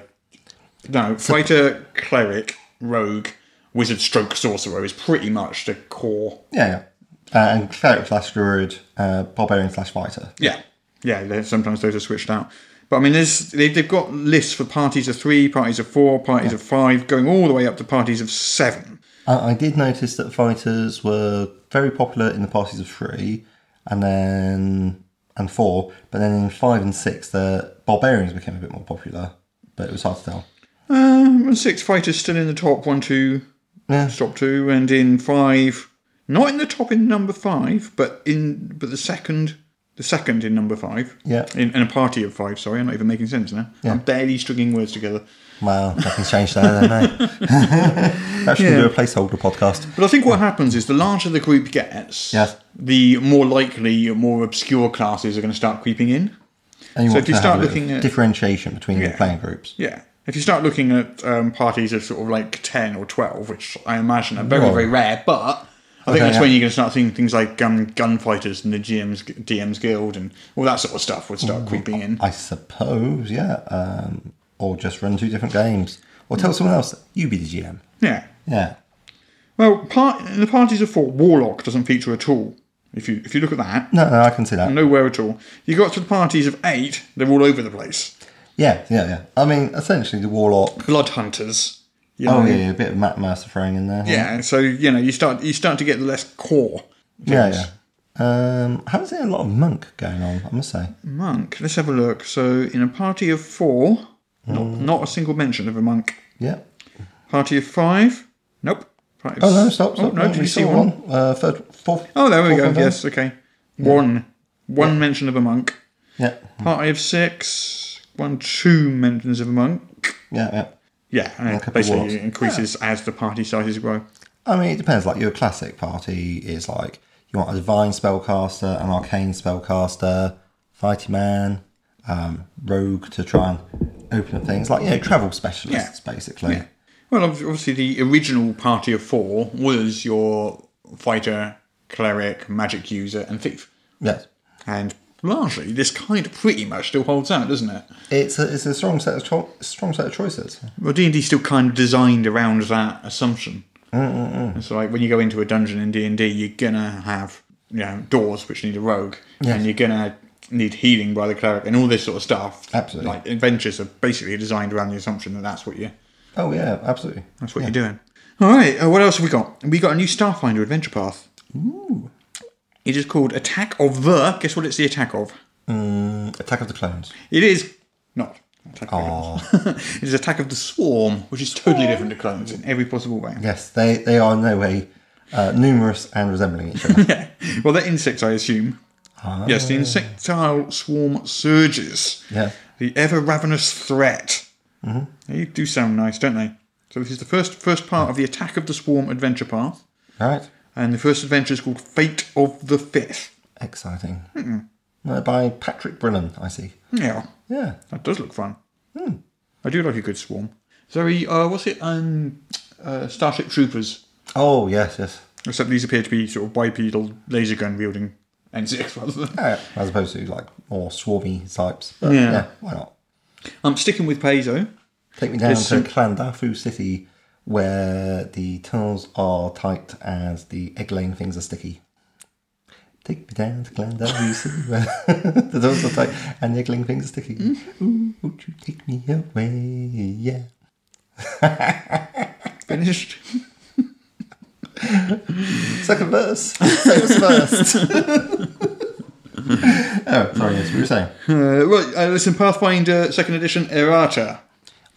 [SPEAKER 3] no, fighter, cleric, rogue, wizard, stroke, sorcerer is pretty much the core.
[SPEAKER 4] Yeah, yeah. Uh, and cleric slash druid, uh, barbarian slash fighter.
[SPEAKER 3] Yeah. Yeah. they're- Sometimes those are switched out. But I mean, there's, they, they've got lists for parties of three, parties of four, parties of five, going all the way up to parties of seven.
[SPEAKER 4] Uh, I did notice that fighters were very popular in the parties of three, and then and four, but then in five and six, the barbarians became a bit more popular. But it was hard to tell.
[SPEAKER 3] Um, and six fighters still in the top one, two,
[SPEAKER 4] Yeah,
[SPEAKER 3] top two, and in five, not in the top in number five, but in but the second, the second in number five.
[SPEAKER 4] Yeah.
[SPEAKER 3] In, in a party of five. Sorry, I'm not even making sense now. I'm barely stringing words together.
[SPEAKER 4] well, nothing's changed there, then, eh? Perhaps we can do a placeholder podcast.
[SPEAKER 3] But I think what happens is the larger the group gets,
[SPEAKER 4] Yes.
[SPEAKER 3] the more likely more obscure classes are going to start creeping in.
[SPEAKER 4] And you
[SPEAKER 3] So if
[SPEAKER 4] want
[SPEAKER 3] you
[SPEAKER 4] to have
[SPEAKER 3] start
[SPEAKER 4] a bit of
[SPEAKER 3] looking at-
[SPEAKER 4] differentiation between the
[SPEAKER 3] Yeah.
[SPEAKER 4] playing groups,
[SPEAKER 3] Yeah. If you start looking at um, parties of sort of like 10 or 12, which I imagine are very,
[SPEAKER 4] Well-
[SPEAKER 3] very rare, but I think
[SPEAKER 4] Okay,
[SPEAKER 3] that's
[SPEAKER 4] yeah.
[SPEAKER 3] when you're going to start seeing things like um, gunfighters and the GM's, DM's Guild and all that sort of stuff would start creeping in.
[SPEAKER 4] I suppose. Yeah, um, or just run two different games, or tell someone else you be the GM.
[SPEAKER 3] Yeah.
[SPEAKER 4] Yeah.
[SPEAKER 3] Well, part, in the parties of four, Warlock doesn't feature at all. If you if you look at that,
[SPEAKER 4] No, no, I can see that.
[SPEAKER 3] nowhere at all. You got to the parties of eight, they're all over the place.
[SPEAKER 4] Yeah, yeah, yeah. I mean, essentially the warlock.
[SPEAKER 3] Blood hunters. You know?
[SPEAKER 4] Oh yeah, yeah, a bit of Matt Mercer throwing in there.
[SPEAKER 3] Yeah, so you know you start you start to get less core.
[SPEAKER 4] yeah, yeah. Um, I haven't seen a lot of monk going on. I must say.
[SPEAKER 3] Monk. Let's have a look. So, in a party of four,
[SPEAKER 4] Oh.
[SPEAKER 3] not, not a single mention of a monk.
[SPEAKER 4] Yeah.
[SPEAKER 3] Party of five? Nope. Party of
[SPEAKER 4] Oh no,
[SPEAKER 3] s-
[SPEAKER 4] stop,
[SPEAKER 3] Oh,
[SPEAKER 4] stop.
[SPEAKER 3] no, did
[SPEAKER 4] we
[SPEAKER 3] you see
[SPEAKER 4] saw
[SPEAKER 3] one?
[SPEAKER 4] Uh, third, fourth.
[SPEAKER 3] Oh, there we
[SPEAKER 4] fourth
[SPEAKER 3] go.
[SPEAKER 4] one down.
[SPEAKER 3] Yes, okay. One. One mention of a monk.
[SPEAKER 4] Yeah,
[SPEAKER 3] Party of six. One, two mentions of a monk.
[SPEAKER 4] yeah, yeah.
[SPEAKER 3] Yeah, and
[SPEAKER 4] couple
[SPEAKER 3] it
[SPEAKER 4] of
[SPEAKER 3] basically
[SPEAKER 4] warlocks.
[SPEAKER 3] it increases as the party sizes grow.
[SPEAKER 4] I mean, it depends. Like your classic party is like you want a divine spellcaster, an arcane spellcaster, fighting man, um, rogue to try and open up things. Like you know, travel specialists basically.
[SPEAKER 3] Well, ob- obviously, the original party of four was your fighter, cleric, magic user, and thief.
[SPEAKER 4] Yes.
[SPEAKER 3] And largely, this kind pretty much still holds out, doesn't it?
[SPEAKER 4] It's a, it's a strong set of cho- strong set of choices.
[SPEAKER 3] Well, D and D still kind of designed around that assumption. So, like when you go into a dungeon in D and D, you're gonna have you know, doors which need a rogue,
[SPEAKER 4] Yes.
[SPEAKER 3] and you're gonna need healing by the cleric and all this sort of stuff.
[SPEAKER 4] Absolutely.
[SPEAKER 3] like adventures are basically designed around the assumption that that's what you
[SPEAKER 4] Oh yeah, absolutely.
[SPEAKER 3] that's what you're doing. All right, uh, what else have we got? We got a new Starfinder adventure path. Ooh, it is called Attack of the. Guess what? It's the attack of.
[SPEAKER 4] Attack of the Clones.
[SPEAKER 3] It is not. Attack of the Clones. it is Attack of the Swarm, which is totally different to clones in every possible way.
[SPEAKER 4] Yes, they they are in no way uh, numerous and resembling each other.
[SPEAKER 3] Well, they're insects, I assume. Yes, the insectile swarm surges.
[SPEAKER 4] yeah.
[SPEAKER 3] The ever ravenous threat. Mm-hmm. They do sound nice, don't they? So this is the first first part of the Attack of the Swarm adventure path,
[SPEAKER 4] All right.
[SPEAKER 3] and the first adventure is called Fate of the Fifth.
[SPEAKER 4] Exciting. Uh, by Patrick Brennan, I see.
[SPEAKER 3] Yeah,
[SPEAKER 4] Yeah.
[SPEAKER 3] that does look fun. I do like a good swarm. Zoe, uh, what's it? Um, uh, Starship Troopers.
[SPEAKER 4] Oh yes, yes.
[SPEAKER 3] Except these appear to be sort of bipedal laser gun wielding N6 rather than.
[SPEAKER 4] Yeah, Uh, as opposed to like more swarmy types. But,
[SPEAKER 3] Yeah.
[SPEAKER 4] yeah. Why not?
[SPEAKER 3] I'm sticking with Paizo.
[SPEAKER 4] Take me down
[SPEAKER 3] There's
[SPEAKER 4] to Clandafu City, where the tunnels are tight and the egg laying things are sticky. Take me down to Clandafu City, where the tunnels are tight and the egg laying things are sticky. Ooh, won't you take me away? Yeah.
[SPEAKER 3] Finished.
[SPEAKER 4] Second verse. Same as first. oh, sorry, yes, we were saying.
[SPEAKER 3] Uh, right, uh, listen, Pathfinder Second Edition Errata.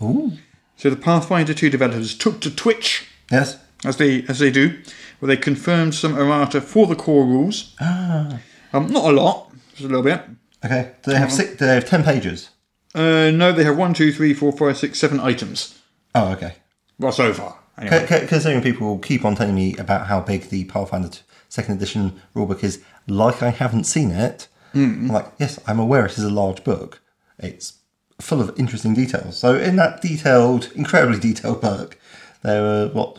[SPEAKER 4] Ooh.
[SPEAKER 3] So the Pathfinder 2 developers took to Twitch,
[SPEAKER 4] Yes.
[SPEAKER 3] as they as they do, where they confirmed some errata for the core rules. Ah. Um, not a lot, just a little bit.
[SPEAKER 4] Okay. Do they have six? Do they have ten pages?
[SPEAKER 3] Uh, no, they have one, two, three, four, five, six, seven items.
[SPEAKER 4] Oh, okay.
[SPEAKER 3] Well, so far. Anyway.
[SPEAKER 4] C- c- Considering people keep on telling me about how big the Pathfinder t- Second Edition rulebook is, like I haven't seen it. I'm like, yes, I'm aware it is a large book. It's full of interesting details. So in that detailed, incredibly detailed book, there were what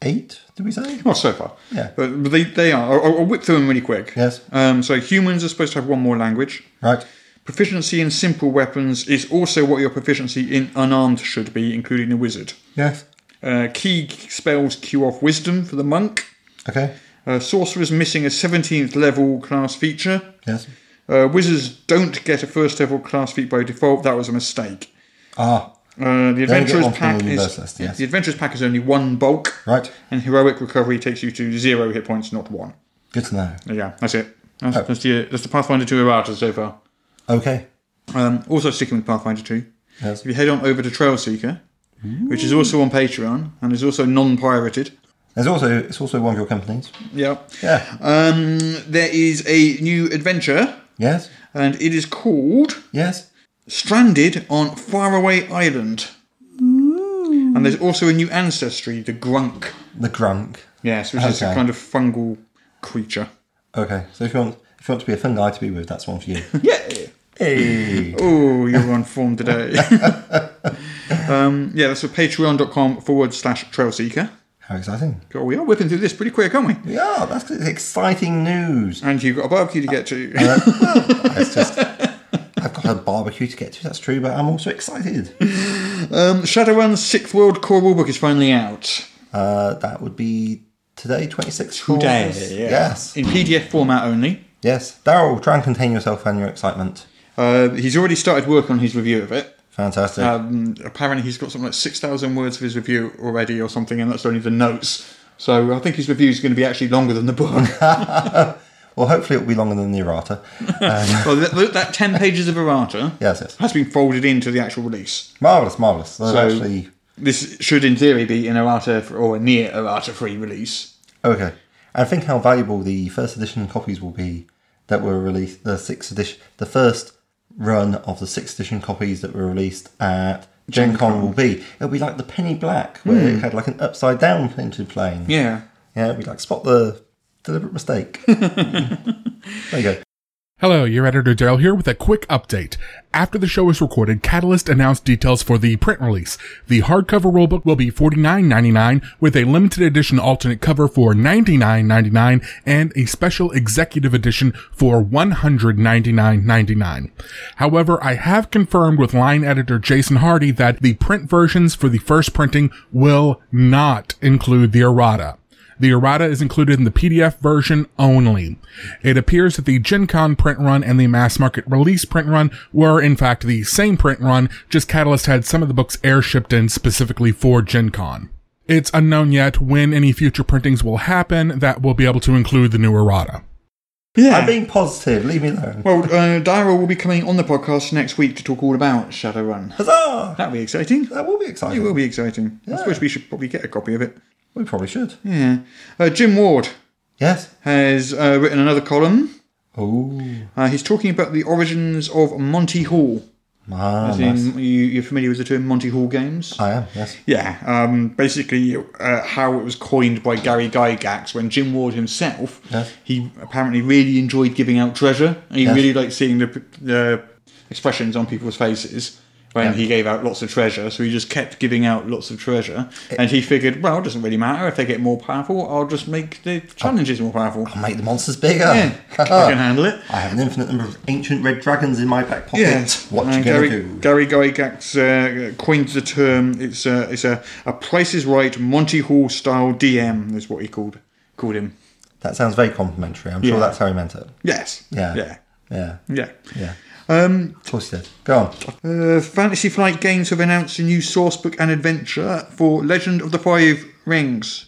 [SPEAKER 4] eight? Did we say?
[SPEAKER 3] Well, so far.
[SPEAKER 4] Yeah.
[SPEAKER 3] But but they, they are. I'll, I'll whip through them really quick.
[SPEAKER 4] Yes.
[SPEAKER 3] Um, so humans are supposed to have one more language.
[SPEAKER 4] Right.
[SPEAKER 3] Proficiency in simple weapons is also what your proficiency in unarmed should be, including the wizard.
[SPEAKER 4] Yes.
[SPEAKER 3] Uh, key spells cue off wisdom for the monk.
[SPEAKER 4] Okay.
[SPEAKER 3] Uh, sorcerers missing a 17th level class feature.
[SPEAKER 4] Yes.
[SPEAKER 3] Uh, wizards don't get a first level class feat by default. That was a mistake.
[SPEAKER 4] Ah.
[SPEAKER 3] Uh, the
[SPEAKER 4] get
[SPEAKER 3] adventurers
[SPEAKER 4] one from
[SPEAKER 3] pack
[SPEAKER 4] the
[SPEAKER 3] is
[SPEAKER 4] reverse list, yes.
[SPEAKER 3] the adventurers pack is only one bulk,
[SPEAKER 4] Right.
[SPEAKER 3] and heroic recovery takes you to zero hit points, not one.
[SPEAKER 4] Good to know.
[SPEAKER 3] Yeah, that's it. That's,
[SPEAKER 4] Oh.
[SPEAKER 3] that's the that's the Pathfinder two errata so far.
[SPEAKER 4] Okay.
[SPEAKER 3] Um, also sticking with Pathfinder two.
[SPEAKER 4] Yes.
[SPEAKER 3] If you head on over to Trail Seeker, which is also on Patreon and is also non-pirated.
[SPEAKER 4] There's also it's also one of your companies.
[SPEAKER 3] Yeah.
[SPEAKER 4] Yeah.
[SPEAKER 3] Um, there is a new adventure,
[SPEAKER 4] yes.
[SPEAKER 3] and it is called
[SPEAKER 4] Yes.
[SPEAKER 3] Stranded on Faraway Island. And there's also a new ancestry, the Grunk.
[SPEAKER 4] The Grunk.
[SPEAKER 3] Yes, which is a
[SPEAKER 4] Okay.
[SPEAKER 3] kind of fungal creature.
[SPEAKER 4] Okay. So if you want if you want to be a fun guy to be with, that's one for you.
[SPEAKER 3] Yeah.
[SPEAKER 4] hey.
[SPEAKER 3] Oh, you're on form today. um, yeah, that's at patreon.com forward slash trailseeker.
[SPEAKER 4] How exciting.
[SPEAKER 3] God, we are whipping through this pretty quick, aren't we?
[SPEAKER 4] Yeah, that's exciting news.
[SPEAKER 3] And you've got a barbecue to get to.
[SPEAKER 4] It's just I've got a barbecue to get to, that's true, but I'm also excited.
[SPEAKER 3] um, Shadowrun's Sixth World Core Rulebook is finally out.
[SPEAKER 4] Uh, that would be today, 26th. of August. Yes.
[SPEAKER 3] In PDF format only.
[SPEAKER 4] Yes. Daryl, try and contain yourself and your excitement.
[SPEAKER 3] Uh, he's already started work on his review of it.
[SPEAKER 4] Fantastic.
[SPEAKER 3] Um, apparently, he's got something like 6,000 words of his review already or something, and that's only the notes. So I think his review is going to be actually longer than the book.
[SPEAKER 4] well, hopefully it'll be longer than the errata.
[SPEAKER 3] well, that, that 10 pages of errata
[SPEAKER 4] Yes, yes.
[SPEAKER 3] has been folded into the actual release.
[SPEAKER 4] Marvellous, marvellous. So,
[SPEAKER 3] So-
[SPEAKER 4] actually,
[SPEAKER 3] This should, in theory, be an errata for, or a near errata free release.
[SPEAKER 4] okay. And think how valuable the first edition copies will be that were released, the sixth edition, the first run of the sixth edition copies that were released at Gen, Con, will be. It'll be like the Penny Black, where it had like an upside down painted plane.
[SPEAKER 3] Hmm. Yeah.
[SPEAKER 4] Yeah, it'll be like spot the deliberate mistake. there you go.
[SPEAKER 5] Hello, your editor Daryl here with a quick update. After the show is recorded, Catalyst announced details for the print release. The hardcover rulebook will be $49.99 with a limited edition alternate cover for $99.99 and a special executive edition for $199.99. However, I have confirmed with line editor Jason Hardy that the print versions for the first printing will not include the errata. The errata is included in the PDF version only. It appears that the Gen Con print run and the mass market release print run were in fact the same print run, just Catalyst had some of the books airshipped in specifically for Gen Con. It's unknown yet when any future printings will happen that will be able to include the new errata.
[SPEAKER 3] Yeah.
[SPEAKER 4] I'm being positive. Leave me alone.
[SPEAKER 3] well, uh, Daryl will be coming on the podcast next week to talk all about Shadowrun.
[SPEAKER 4] Huzzah!
[SPEAKER 3] That'll be exciting.
[SPEAKER 4] That will be
[SPEAKER 3] It
[SPEAKER 4] exciting.
[SPEAKER 3] will be exciting. I
[SPEAKER 4] Oh, Yeah.
[SPEAKER 3] suppose we should probably get a copy of it.
[SPEAKER 4] We probably should.
[SPEAKER 3] Yeah. Uh, Jim Ward
[SPEAKER 4] Yes.
[SPEAKER 3] has uh, written another column.
[SPEAKER 4] Oh,
[SPEAKER 3] Uh, he's talking about the origins of Monty Hall.
[SPEAKER 4] ah,
[SPEAKER 3] As
[SPEAKER 4] nice.
[SPEAKER 3] in, you, you're familiar with the term Monty Hall games?
[SPEAKER 4] I am. Yes.
[SPEAKER 3] Yeah, um, basically uh, how it was coined by Gary Gygax when Jim Ward himself,
[SPEAKER 4] Yes.
[SPEAKER 3] he apparently really enjoyed giving out treasure. He
[SPEAKER 4] Yes.
[SPEAKER 3] really liked seeing the, the expressions on people's faces when he gave out lots of treasure. So he just kept giving out lots of treasure. and he figured, well, it doesn't really matter if they get more powerful. I'll just make the challenges more powerful.
[SPEAKER 4] I'll make the monsters bigger.
[SPEAKER 3] Yeah, I can handle it.
[SPEAKER 4] I have an infinite number of ancient red dragons in my back pocket. What
[SPEAKER 3] Uh,
[SPEAKER 4] you
[SPEAKER 3] Gary,
[SPEAKER 4] gonna do?
[SPEAKER 3] Gary Gygax uh, coined the term. It's a it's a, a Price is Right Monty Hall style DM is what he called called him.
[SPEAKER 4] That sounds very complimentary. I'm sure
[SPEAKER 3] Yeah.
[SPEAKER 4] that's how he meant it.
[SPEAKER 3] Yes.
[SPEAKER 4] Yeah.
[SPEAKER 3] Yeah.
[SPEAKER 4] Yeah.
[SPEAKER 3] Yeah.
[SPEAKER 4] Yeah. Um, of course he did. Go on.
[SPEAKER 3] Uh, Fantasy Flight Games have announced a new sourcebook and adventure for Legend of the Five Rings.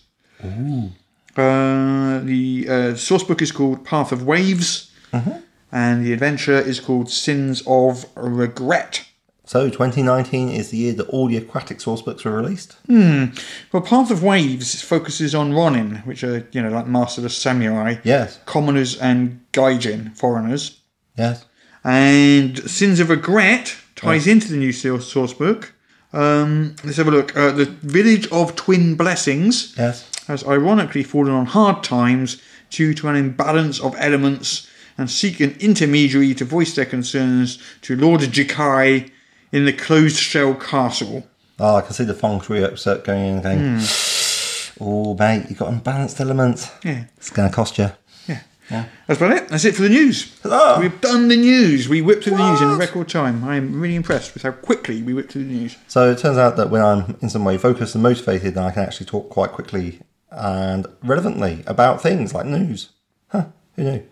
[SPEAKER 3] Uh, the uh, sourcebook is called Path of Waves,
[SPEAKER 4] Uh-huh.
[SPEAKER 3] and the adventure is called Sins of Regret.
[SPEAKER 4] So 2019 is the year that all the aquatic source books were released.
[SPEAKER 3] Mm. Well, Path of Waves focuses on Ronin, which are, you know, like masterless samurai,
[SPEAKER 4] Yes.
[SPEAKER 3] commoners and gaijin, foreigners.
[SPEAKER 4] Yes.
[SPEAKER 3] And Sins of Regret ties into the new sour- source book. Um, let's have a look. Uh, the village of Twin Blessings
[SPEAKER 4] Yes.
[SPEAKER 3] has ironically fallen on hard times due to an imbalance of elements and seek an intermediary to voice their concerns to Lord Jikai in the closed shell castle.
[SPEAKER 4] Oh, I can see the feng shui upset going in and going, oh, mate, you got unbalanced elements.
[SPEAKER 3] Mm. Yeah.
[SPEAKER 4] It's going to cost you.
[SPEAKER 3] That's about it. That's it for the news.
[SPEAKER 4] Hello.
[SPEAKER 3] We've done the news. We whipped through the news in record time. I am really impressed with how quickly we whipped through the news.
[SPEAKER 4] So it turns out that when I'm in some way focused and motivated, then I can actually talk quite quickly and relevantly about things like news. Huh, who knew?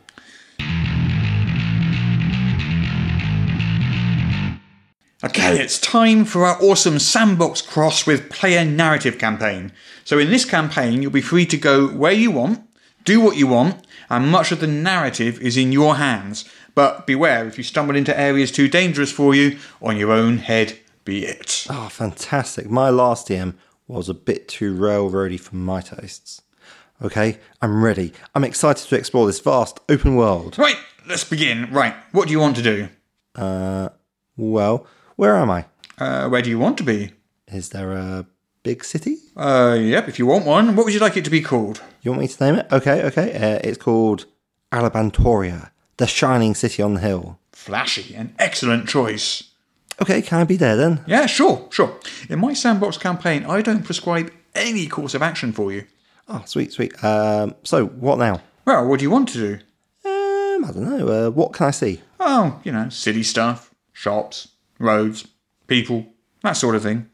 [SPEAKER 3] Okay, it's time for our awesome sandbox cross with player narrative campaign. So, in this campaign, you'll be free to go where you want, do what you want, and much of the narrative is in your hands. But beware, if you stumble into areas too dangerous for you, on your own head be it.
[SPEAKER 4] Oh, fantastic. My last DM was a bit too railroady for my tastes. Okay, I'm ready. I'm excited to explore this vast open world.
[SPEAKER 3] Right, let's begin. Right, what do you want to do?
[SPEAKER 4] Well, where am I?
[SPEAKER 3] Uh, where do you want to be?
[SPEAKER 4] Is there a big city?
[SPEAKER 3] Uh, yep, if you want one, what would you like it to be called?
[SPEAKER 4] You want me to name it? Okay, okay. Uh, it's called Alabantoria, the shining city on the hill.
[SPEAKER 3] Flashy, an excellent choice.
[SPEAKER 4] Okay, can I be there then?
[SPEAKER 3] Yeah, sure, sure. In my sandbox campaign, I don't prescribe any course of action for you.
[SPEAKER 4] Oh, sweet, sweet. Um, so, what now?
[SPEAKER 3] Well, what do you want to do?
[SPEAKER 4] Um, I don't know. Uh, what can I see?
[SPEAKER 3] Oh, you know, city stuff, shops, roads, people, that sort of thing.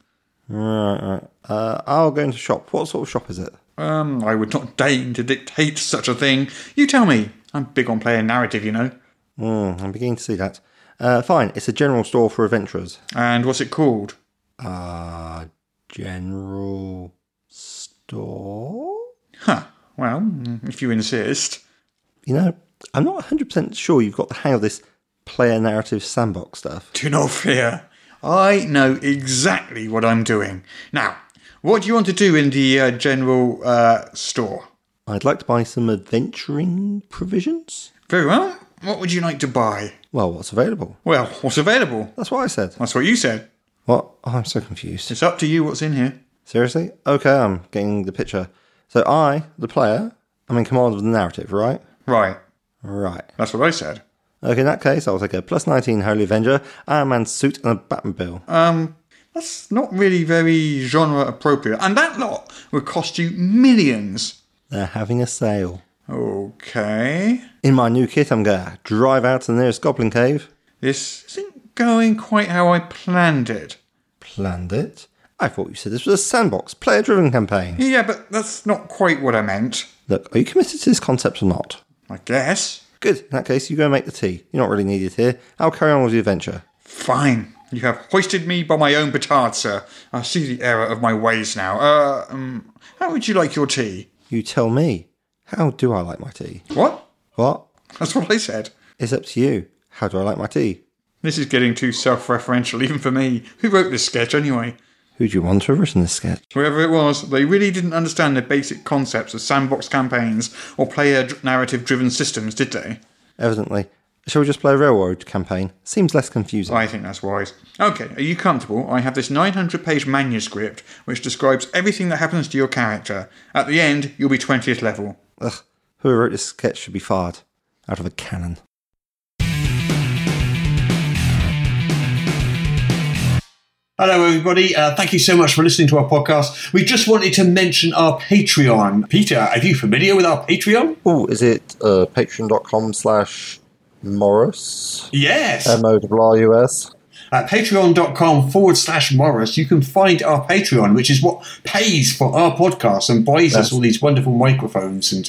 [SPEAKER 4] Right, right. Uh, I'll go into shop. What sort of shop is it?
[SPEAKER 3] Um, I would not deign to dictate such a thing. You tell me. I'm big on player narrative, you know.
[SPEAKER 4] Mm, I'm beginning to see that. Uh, fine. It's a general store for adventurers.
[SPEAKER 3] And what's it called?
[SPEAKER 4] Uh, general store?
[SPEAKER 3] Huh. Well, mm, if you insist.
[SPEAKER 4] You know, I'm not 100% sure you've got the hang of this player narrative sandbox stuff.
[SPEAKER 3] Do not fear. I know exactly what I'm doing. Now, what do you want to do in the uh, general uh, store?
[SPEAKER 4] I'd like to buy some adventuring provisions.
[SPEAKER 3] Very well. What would you like to buy?
[SPEAKER 4] Well, what's available?
[SPEAKER 3] Well, what's available?
[SPEAKER 4] That's what I said.
[SPEAKER 3] That's what you said.
[SPEAKER 4] What? Oh, I'm so confused.
[SPEAKER 3] It's up to you what's in here.
[SPEAKER 4] Seriously? Okay, I'm getting the picture. So I, the player, I'm in command of the narrative, right?
[SPEAKER 3] Right.
[SPEAKER 4] Right.
[SPEAKER 3] That's what I said.
[SPEAKER 4] Okay, in that case, I'll take a plus 19 Holy Avenger, Iron Man suit, and a Batmobile.
[SPEAKER 3] Um, That's not really very genre appropriate. And that lot would cost you millions.
[SPEAKER 4] They're having a sale.
[SPEAKER 3] Okay.
[SPEAKER 4] In my new kit, I'm going to drive out to the nearest Goblin Cave,
[SPEAKER 3] This isn't going quite how I planned it.
[SPEAKER 4] planned it, I thought you said this was a sandbox, player driven campaign.
[SPEAKER 3] Yeah, but that's not quite what I meant.
[SPEAKER 4] Look, are you committed to this concept or not?
[SPEAKER 3] I guess.
[SPEAKER 4] Good, in that case, you go and make the tea. You're not really needed here. I'll carry on with the adventure.
[SPEAKER 3] Fine. You have hoisted me by my own petard, sir. I see the error of my ways now. Uh, um, how would you like your tea?
[SPEAKER 4] You tell me. How do I like my tea?
[SPEAKER 3] What?
[SPEAKER 4] What?
[SPEAKER 3] That's what I said.
[SPEAKER 4] It's up to you. How do I like my tea?
[SPEAKER 3] This is getting too self-referential even for me. Who wrote this sketch anyway?
[SPEAKER 4] Who do you want to have written this sketch?
[SPEAKER 3] Whoever it was, they really didn't understand the basic concepts of sandbox campaigns or player dr- narrative-driven systems, did they?
[SPEAKER 4] Evidently. Shall we just play a railroad campaign? Seems less confusing.
[SPEAKER 3] I think that's wise. Okay, are you comfortable? I have this 900 page manuscript which describes everything that happens to your character. At the end, you'll be 20th level.
[SPEAKER 4] Ugh, whoever wrote this sketch should be fired. Out of a cannon.
[SPEAKER 6] Hello, everybody. Uh, thank you so much for listening to our podcast. We just wanted to mention our Patreon. Peter, are you familiar with our Patreon?
[SPEAKER 7] Oh, is it uh, patreon.com slash Morris?
[SPEAKER 6] Yes.
[SPEAKER 4] Um,
[SPEAKER 7] M
[SPEAKER 4] uh,
[SPEAKER 7] O R U S?
[SPEAKER 6] At patreon.com forward slash Morris, you can find our Patreon, which is what pays for our podcast and buys us all these wonderful microphones and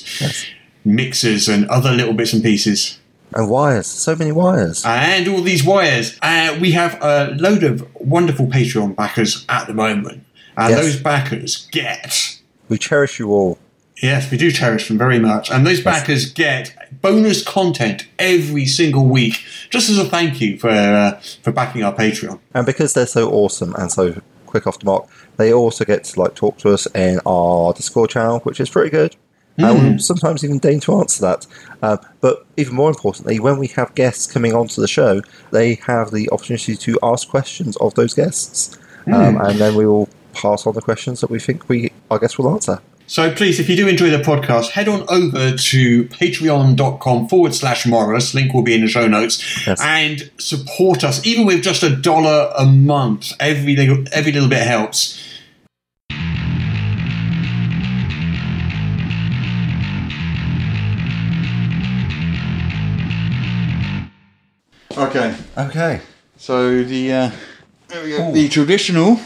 [SPEAKER 6] mixers and other little bits and pieces.
[SPEAKER 7] And wires. So many wires.
[SPEAKER 4] Uh,
[SPEAKER 6] and all these wires. Uh, we have a load of wonderful Patreon backers at the moment, and
[SPEAKER 7] Yes.
[SPEAKER 6] those backers get
[SPEAKER 7] We cherish you all.
[SPEAKER 6] yes, we do cherish them very much, and those backers get bonus content every single week, just as a thank you for uh, for backing our Patreon.
[SPEAKER 7] And because they're so awesome and so quick off the mark, they also get to like talk to us in our Discord channel, which is pretty good.
[SPEAKER 4] Hmm.
[SPEAKER 7] And we sometimes even deign to answer that. Um, but even more importantly, when we have guests coming onto the show, they have the opportunity to ask questions of those guests.
[SPEAKER 4] Hmm.
[SPEAKER 7] Um, and then we will pass on the questions that we think we our guests will answer.
[SPEAKER 6] So please, if you do enjoy the podcast, head on over to patreon.com forward slash Morris. Link will be in the show notes.
[SPEAKER 7] Yes.
[SPEAKER 6] And support us, even with just a dollar a month. Every little, every little bit helps.
[SPEAKER 3] Okay,
[SPEAKER 4] Okay.
[SPEAKER 3] so the, uh, the traditional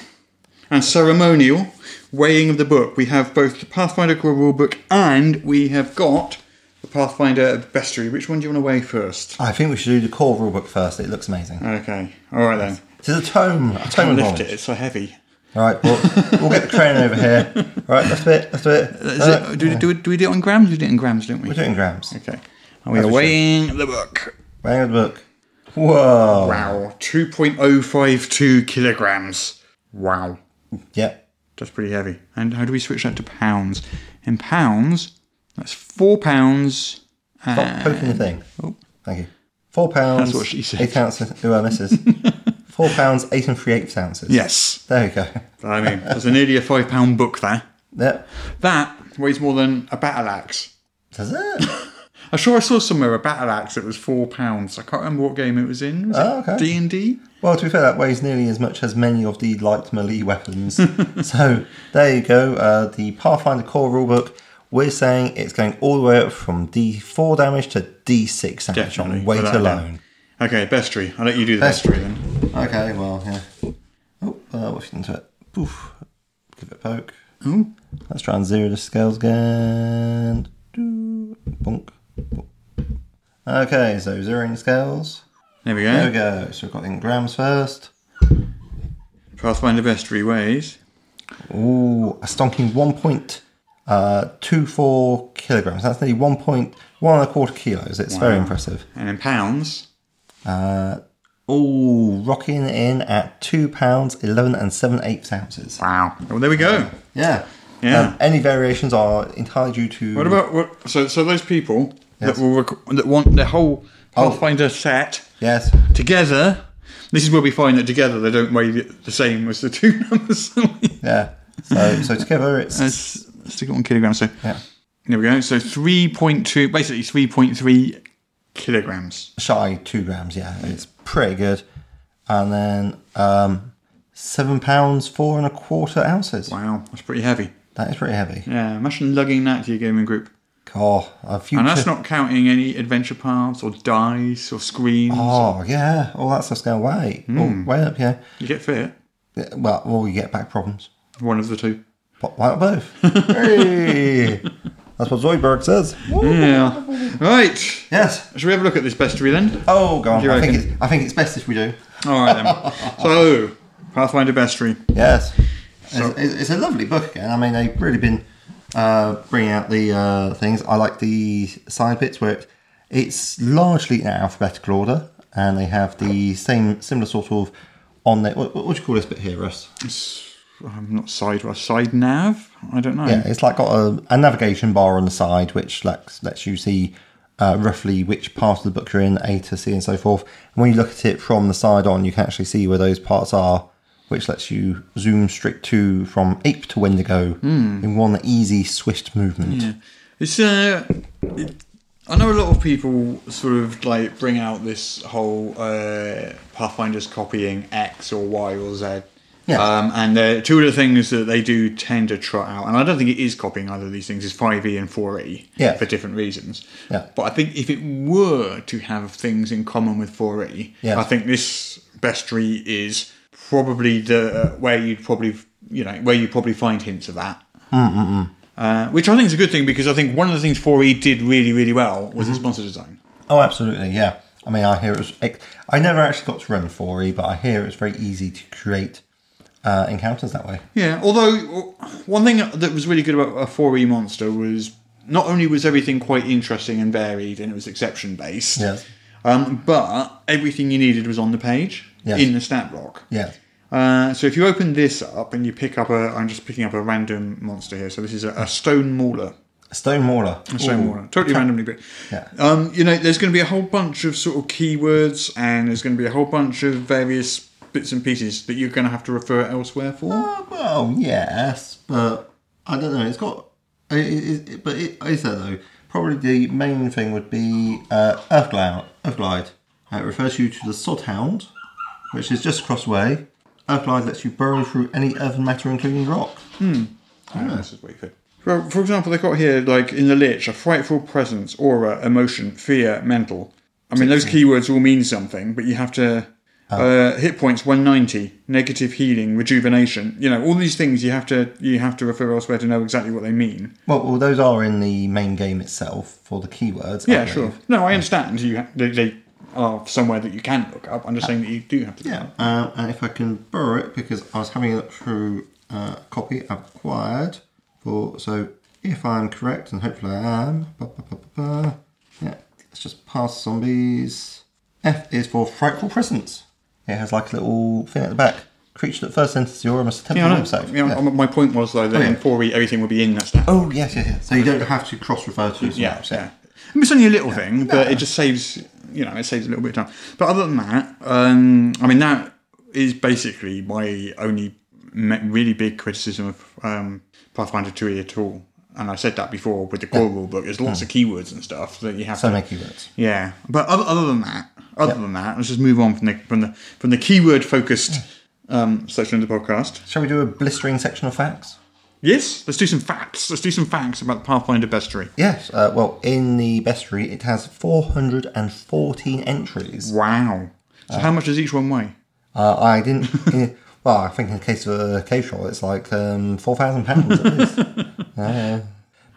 [SPEAKER 3] and ceremonial weighing of the book. We have both the Pathfinder Core Rulebook and we have got the Pathfinder Bestiary. Which one do you want to weigh first?
[SPEAKER 4] I think we should do the core rulebook first. It looks amazing.
[SPEAKER 3] Okay, alright then.
[SPEAKER 4] It is a tome. A tome
[SPEAKER 3] Don't
[SPEAKER 4] of
[SPEAKER 3] lift it,
[SPEAKER 4] knowledge.
[SPEAKER 3] it's so heavy.
[SPEAKER 4] All right, we'll, we'll get the crane over here. All right, that's it. That's it.
[SPEAKER 3] Uh, Is it, do, we- do, we- do we do it on grams? We do it in grams, don't we?
[SPEAKER 4] We're doing grams.
[SPEAKER 3] Okay. And we
[SPEAKER 4] That's
[SPEAKER 3] are
[SPEAKER 4] a
[SPEAKER 3] weighing the book.
[SPEAKER 4] Bang of the book. Whoa.
[SPEAKER 3] Wow. 2.052 kilograms. Wow.
[SPEAKER 4] Yep.
[SPEAKER 3] That's pretty heavy. And how do we switch that to pounds? In pounds, that's four pounds.
[SPEAKER 4] Stop poking the thing.
[SPEAKER 3] Uh, oh.
[SPEAKER 4] Thank you. Four pounds.
[SPEAKER 3] That's what she said.
[SPEAKER 4] Eight ounces. Ooh, I misses. Four pounds, eight and three eighths ounces.
[SPEAKER 3] Yes.
[SPEAKER 4] There we go.
[SPEAKER 3] I mean, there's nearly a five pound book there.
[SPEAKER 4] Yep.
[SPEAKER 3] That weighs more than a battle axe.
[SPEAKER 4] Does it?
[SPEAKER 3] I'm sure I saw somewhere a battle axe that was four pounds. I can't remember what game it was in. Was
[SPEAKER 4] Oh, okay.
[SPEAKER 3] D and D.
[SPEAKER 4] Well, to be fair, that weighs nearly as much as many of the light melee weapons. so there you go. Uh, the Pathfinder core rulebook. We're saying it's going all the way up from D4 damage to D6 damage
[SPEAKER 3] Definitely,
[SPEAKER 4] on weight
[SPEAKER 3] without a doubt.
[SPEAKER 4] alone.
[SPEAKER 3] Okay, bestiary. I'll let you do the
[SPEAKER 4] Bestiary.
[SPEAKER 3] bestiary then.
[SPEAKER 4] Okay, well, yeah. Oh, uh, what's into it? Poof. Give it a poke.
[SPEAKER 3] Ooh.
[SPEAKER 4] Let's try and zero the scales again. Doo. Bonk. Bonk. Okay, so zeroing the scales.
[SPEAKER 3] There we go.
[SPEAKER 4] There we go. So we've got in grams first.
[SPEAKER 3] Pathfinder bestiary weighs
[SPEAKER 4] Ooh, a stonking 1.24 kilograms. That's nearly 1.1 and a quarter kilos. It's very impressive. Uh,
[SPEAKER 3] and in pounds.
[SPEAKER 4] Ooh, rocking in at 2 pounds, 11 and 7 eighths ounces.
[SPEAKER 3] Wow. Well, there we go.
[SPEAKER 4] Yeah.
[SPEAKER 3] Yeah.
[SPEAKER 4] Um, any variations are entirely due to.
[SPEAKER 3] What about what? So, so those people
[SPEAKER 4] Yes. Oh.
[SPEAKER 3] that will rec- that want their whole Pathfinder set
[SPEAKER 4] Yes.
[SPEAKER 3] together. This is where we find that together they don't weigh the the same as the two numbers.
[SPEAKER 4] Yeah. So, so together it's.
[SPEAKER 3] let's, let's stick it on kilograms. So
[SPEAKER 4] yeah.
[SPEAKER 3] there we go. So three point two, basically three point three kilograms.
[SPEAKER 4] Shy two grams, yeah. It's pretty good. And then um, seven pounds, four and a quarter ounces.
[SPEAKER 3] Wow, that's pretty heavy.
[SPEAKER 4] That is pretty heavy.
[SPEAKER 3] Yeah, imagine lugging that to your gaming group,
[SPEAKER 4] Oh, a future.
[SPEAKER 3] and that's not counting any adventure paths or dice or screens. Hmm.
[SPEAKER 4] Oh, yeah. All that stuff's going way. Oh, way up, yeah.
[SPEAKER 3] You get fit.
[SPEAKER 4] Well, or you get back problems.
[SPEAKER 3] One of the two.
[SPEAKER 4] But Why not both? hey, that's what Zoidberg says.
[SPEAKER 3] Yeah. Right.
[SPEAKER 4] Yes.
[SPEAKER 3] Shall we have a look at this bestiary then?
[SPEAKER 4] Oh, go on.
[SPEAKER 3] You
[SPEAKER 4] I think
[SPEAKER 3] reckon?
[SPEAKER 4] it's I think it's best if we do.
[SPEAKER 3] All right then. so, Pathfinder bestiary.
[SPEAKER 4] Yes. It's, it's it's a lovely book again. I mean, they've really been uh, bringing out the uh, things. I like the side bits where it- it's largely in alphabetical order, and they have the same similar sort of on there. What, what do you call this bit here, Russ?
[SPEAKER 3] I'm not side or side nav. I don't know.
[SPEAKER 4] Yeah, it's like got a, a navigation bar on the side, which lets, lets you see uh, roughly which part of the book you're in, A to C, and so forth. And when you look at it from the side on, you can actually see where those parts are, which lets you zoom straight to from ape to Wendigo in one easy, swift movement.
[SPEAKER 3] It's uh, it, I know a lot of people sort of like bring out this whole uh, Pathfinder's copying X or Y or Z.
[SPEAKER 4] Yeah.
[SPEAKER 3] Um, and uh, two of the things that they do tend to trot out, and I don't think it is copying either of these things, is 5e and 4e
[SPEAKER 4] Yeah.
[SPEAKER 3] for different reasons.
[SPEAKER 4] Yeah.
[SPEAKER 3] But I think if it were to have things in common with E, 4e,
[SPEAKER 4] Yes.
[SPEAKER 3] I think this bestiary is probably the uh, where you'd probably you know where you probably find hints of that.
[SPEAKER 4] Mm-hmm.
[SPEAKER 3] Uh, which I think is a good thing because I think one of the things 4E did really, really well was
[SPEAKER 4] Mm-hmm.
[SPEAKER 3] its monster design.
[SPEAKER 4] Oh, absolutely, yeah. I mean, I hear it was. ex- I never actually got to run 4E, but I hear it's very easy to create uh, encounters that way.
[SPEAKER 3] Yeah, although uh, one thing that was really good about a 4E monster was not only was everything quite interesting and varied and it was exception based,
[SPEAKER 4] Yes.
[SPEAKER 3] um, but everything you needed was on the page
[SPEAKER 4] Yes.
[SPEAKER 3] in the stat block.
[SPEAKER 4] Yeah.
[SPEAKER 3] Uh, so if you open this up and you pick up a, I'm just picking up a random monster here. So this is a, a stone mauler.
[SPEAKER 4] Stone Mauler.
[SPEAKER 3] Stone
[SPEAKER 4] Ooh.
[SPEAKER 3] Warner. Totally randomly picked.
[SPEAKER 4] Yeah.
[SPEAKER 3] Um, you know, there's going to be a whole bunch of sort of keywords and there's going to be a whole bunch of various bits and pieces that you're going to have to refer elsewhere for.
[SPEAKER 4] Uh, well, yes, but I don't know. It's got. It, it, it, but it, is there though? Probably the main thing would be uh, Earthglide. Earthglide. Uh, it refers you to the Sodhound, which is just across the way. Earthglide lets you burrow through any earthen matter, including rock.
[SPEAKER 3] This is what you could. Well, for example, they've got here, like in the Lich, a frightful presence, aura, emotion, fear, mental. I mean, those keywords all mean something, but you have to. Uh, hit points 190, negative healing, rejuvenation. You know, all these things you have to you have to refer elsewhere to know exactly what they mean.
[SPEAKER 4] Well, well, those are in the main game itself for the keywords. I
[SPEAKER 3] Yeah,
[SPEAKER 4] believe.
[SPEAKER 3] sure. No, I understand. You ha- they, they are somewhere that you can look up. I'm just saying that you do have to. Look
[SPEAKER 4] Yeah,
[SPEAKER 3] up.
[SPEAKER 4] um, and if I can borrow it because I was having a look through uh, a copy I've acquired for. So if I'm correct, and hopefully I am. Ba, ba, ba, ba, ba. Yeah, let's just pass zombies. F is for frightful presence. It has like a little thing at the back. Creature that first enters the aura must attempt
[SPEAKER 3] Yeah,
[SPEAKER 4] a
[SPEAKER 3] I
[SPEAKER 4] web
[SPEAKER 3] know.
[SPEAKER 4] save.
[SPEAKER 3] Yeah, Oh,
[SPEAKER 4] Yeah.
[SPEAKER 3] My point was though that
[SPEAKER 4] yeah.
[SPEAKER 3] in 4e everything would be in that stat.
[SPEAKER 4] Oh yes, yes, yes. So you don't have to cross refer to. as
[SPEAKER 3] yeah,
[SPEAKER 4] much,
[SPEAKER 3] yeah. I mean, it's only a little thing, but it just saves you know it saves a little bit of time. But other than that, um, I mean that is basically my only me- really big criticism of um, Pathfinder 2e at all. And I said that before with the core rule book. There's lots of keywords and stuff that you have
[SPEAKER 4] Mm. So
[SPEAKER 3] to
[SPEAKER 4] many keywords.
[SPEAKER 3] Yeah, but other, other than that, other than that, let's just move on from the from the from the keyword focused um, section of the podcast.
[SPEAKER 4] Shall we do a blistering section of facts?
[SPEAKER 3] Yes, let's do some facts. Let's do some facts about the Pathfinder bestiary.
[SPEAKER 4] Yes. Uh, well, in the bestiary, it has 414 entries.
[SPEAKER 3] Wow. So how much does each one weigh?
[SPEAKER 4] Uh, I didn't. in- well, I think in the case of a cave troll, it's like um, four thousand pounds at least. Yeah.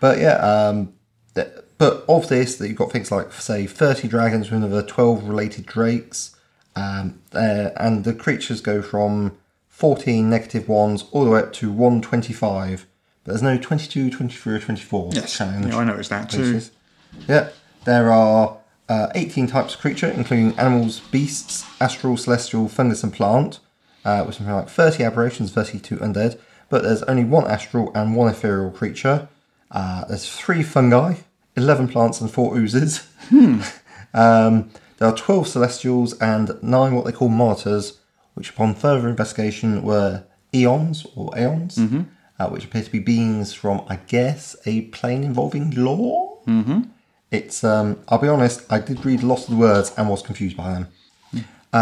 [SPEAKER 4] But yeah, um, th- but of this, that you've got things like say thirty dragons with another twelve related drakes, um, uh, and the creatures go from fourteen negative ones all the way up to one twenty five. But there's no 22, 23, or 24 challenge.
[SPEAKER 3] Yeah, I noticed that too.
[SPEAKER 4] Species. Yeah, there are uh, 18 types of creature, including animals, beasts, astral, celestial, fungus, and plant, uh, with something like 30 aberrations, 32 undead. But there's only one astral and one ethereal creature. Uh, there's three fungi, 11 plants, and four oozes. um, there are 12 celestials and nine what they call monitors, which upon further investigation were eons or aeons, uh, which appear to be beings from, I guess, a plane involving law. It's um I'll be honest, I did read lots of the words and was confused by them. Um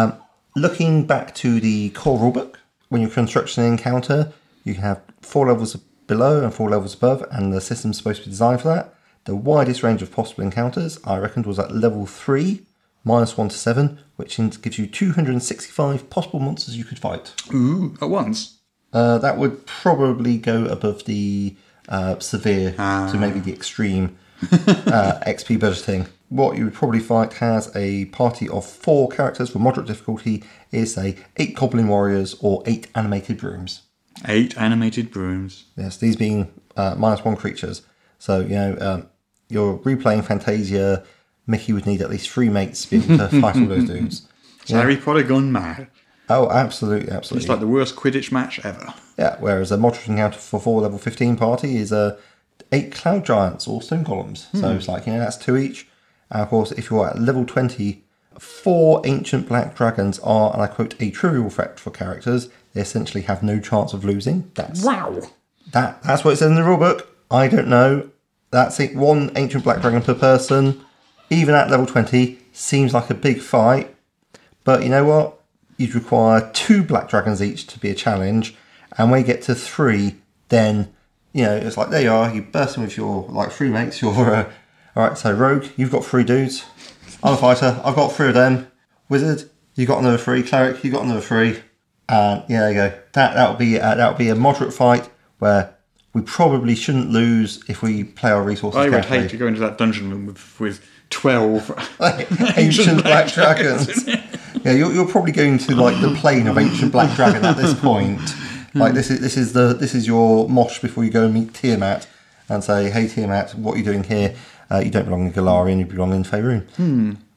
[SPEAKER 4] looking back to the core rulebook, when you construct an encounter, you can have four levels below and four levels above, and the system's supposed to be designed for that. The widest range of possible encounters, I reckoned, was at level three, minus 1 to 7, which in- gives you 265 possible monsters you could fight.
[SPEAKER 3] Ooh, at once.
[SPEAKER 4] Uh, that would probably go above the uh, severe to maybe the extreme uh, XP budgeting. What you would probably fight has a party of four characters for moderate difficulty is say eight goblin warriors or eight animated brooms.
[SPEAKER 3] Eight animated brooms.
[SPEAKER 4] Yes, these being uh, minus one creatures. So you know um, you're replaying Fantasia. Mickey would need at least three mates to be able to fight all those dudes.
[SPEAKER 3] It's Harry Potter gone mad.
[SPEAKER 4] Oh, absolutely, absolutely.
[SPEAKER 3] It's like the worst Quidditch match ever.
[SPEAKER 4] Yeah, whereas a moderate encounter for four level 15 party is uh, eight cloud giants or stone columns. So it's like, you know, that's two each. And of course, if you're at level 20, four ancient black dragons are, and I quote, a trivial threat for characters. They essentially have no chance of losing. That's
[SPEAKER 3] Wow.
[SPEAKER 4] that. That's what it says in the rule book. I don't know. That's it. One ancient black dragon per person, even at level 20, seems like a big fight. But you know what? You'd require two black dragons each to be a challenge. And when you get to three, then, you know, it's like, there you are. You burst in with your, like, three mates. Your, uh, all right, so Rogue, you've got three dudes. I'm a fighter. I've got three of them. Wizard, you got another three. Cleric, you got another three. And yeah, there you go. That that'll be uh, that'll be a moderate fight where we probably shouldn't lose if we play our resources
[SPEAKER 3] I would
[SPEAKER 4] carefully.
[SPEAKER 3] hate to go into that dungeon room with, with 12.
[SPEAKER 4] ancient black dragons. yeah, you're, you're probably going to like the plane of ancient black dragon at this point.
[SPEAKER 3] Hmm.
[SPEAKER 4] Like this is this is the this is your mosh before you go and meet Tiamat and say, "Hey Tiamat, what are you doing here? Uh, you don't belong in Galarian. You belong in Faerun."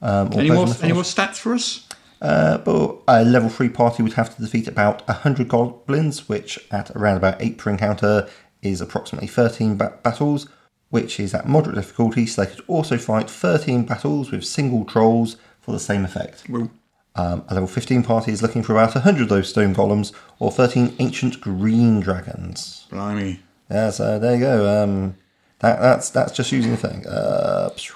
[SPEAKER 4] Um, or
[SPEAKER 3] Hmm. any, more,
[SPEAKER 4] Pleasure
[SPEAKER 3] any more
[SPEAKER 4] Metals.
[SPEAKER 3] stats for us?
[SPEAKER 4] Uh, but a level three party would have to defeat about hundred goblins, which at around about eight per encounter is approximately thirteen ba- battles, which is at moderate difficulty. So they could also fight thirteen battles with single trolls for the same effect.
[SPEAKER 3] Well,
[SPEAKER 4] Um, a level 15 party is looking for about 100 of those stone golems or 13 ancient green dragons.
[SPEAKER 3] blimey.
[SPEAKER 4] Yeah, so there you go. Um, that, that's that's just using the thing. Uh, phew.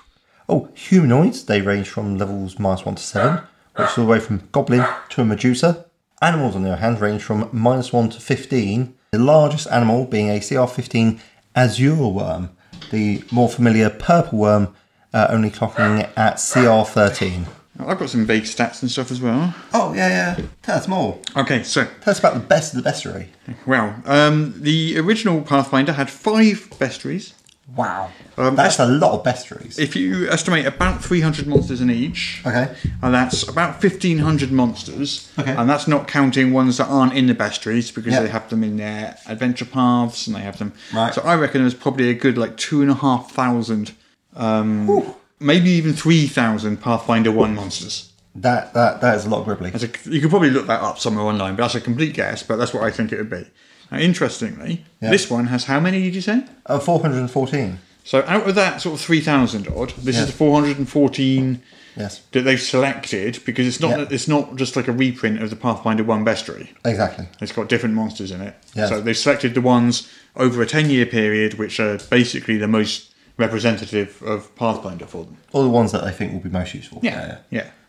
[SPEAKER 4] oh, humanoids, they range from levels minus 1 to 7, which is all the way from goblin to a medusa. Animals, on the other hand, range from minus 1 to 15, the largest animal being a CR 15 azure worm, the more familiar purple worm, uh, only clocking at CR 13.
[SPEAKER 3] I've got some vague stats and stuff as well.
[SPEAKER 4] Oh, yeah, yeah. Tell us more.
[SPEAKER 3] Okay, so
[SPEAKER 4] Tell us about the best of the bestery.
[SPEAKER 3] Well, um, the original Pathfinder had five bestiaries.
[SPEAKER 4] Wow. That's a lot of besteries.
[SPEAKER 3] If you estimate about 300 monsters in each,
[SPEAKER 4] Okay.
[SPEAKER 3] and that's about 1,500 monsters,
[SPEAKER 4] Okay.
[SPEAKER 3] and that's not counting ones that aren't in the bestiaries because
[SPEAKER 4] Yeah.
[SPEAKER 3] they have them in their adventure paths and they have them.
[SPEAKER 4] Right.
[SPEAKER 3] So I reckon there's probably a good like two and a half thousand, um, maybe even 3,000 Pathfinder 1 monsters.
[SPEAKER 4] That that that is a lot of gribbly.
[SPEAKER 3] That's a, you could probably look that up somewhere online, but that's a complete guess, but that's what I think it would be. Now, interestingly, this one has how many did you say?
[SPEAKER 4] Uh, 414.
[SPEAKER 3] So out of that sort of 3,000 odd, this
[SPEAKER 4] Yeah.
[SPEAKER 3] is the 414
[SPEAKER 4] Yes,
[SPEAKER 3] that they've selected because it's not
[SPEAKER 4] Yeah.
[SPEAKER 3] it's not just like a reprint of the Pathfinder 1 bestiary.
[SPEAKER 4] exactly.
[SPEAKER 3] It's got different monsters in it.
[SPEAKER 4] Yes.
[SPEAKER 3] So they've selected the ones over a 10 year period which are basically the most representative of Pathfinder for them.
[SPEAKER 4] All the ones that I think will be most useful.
[SPEAKER 3] Yeah.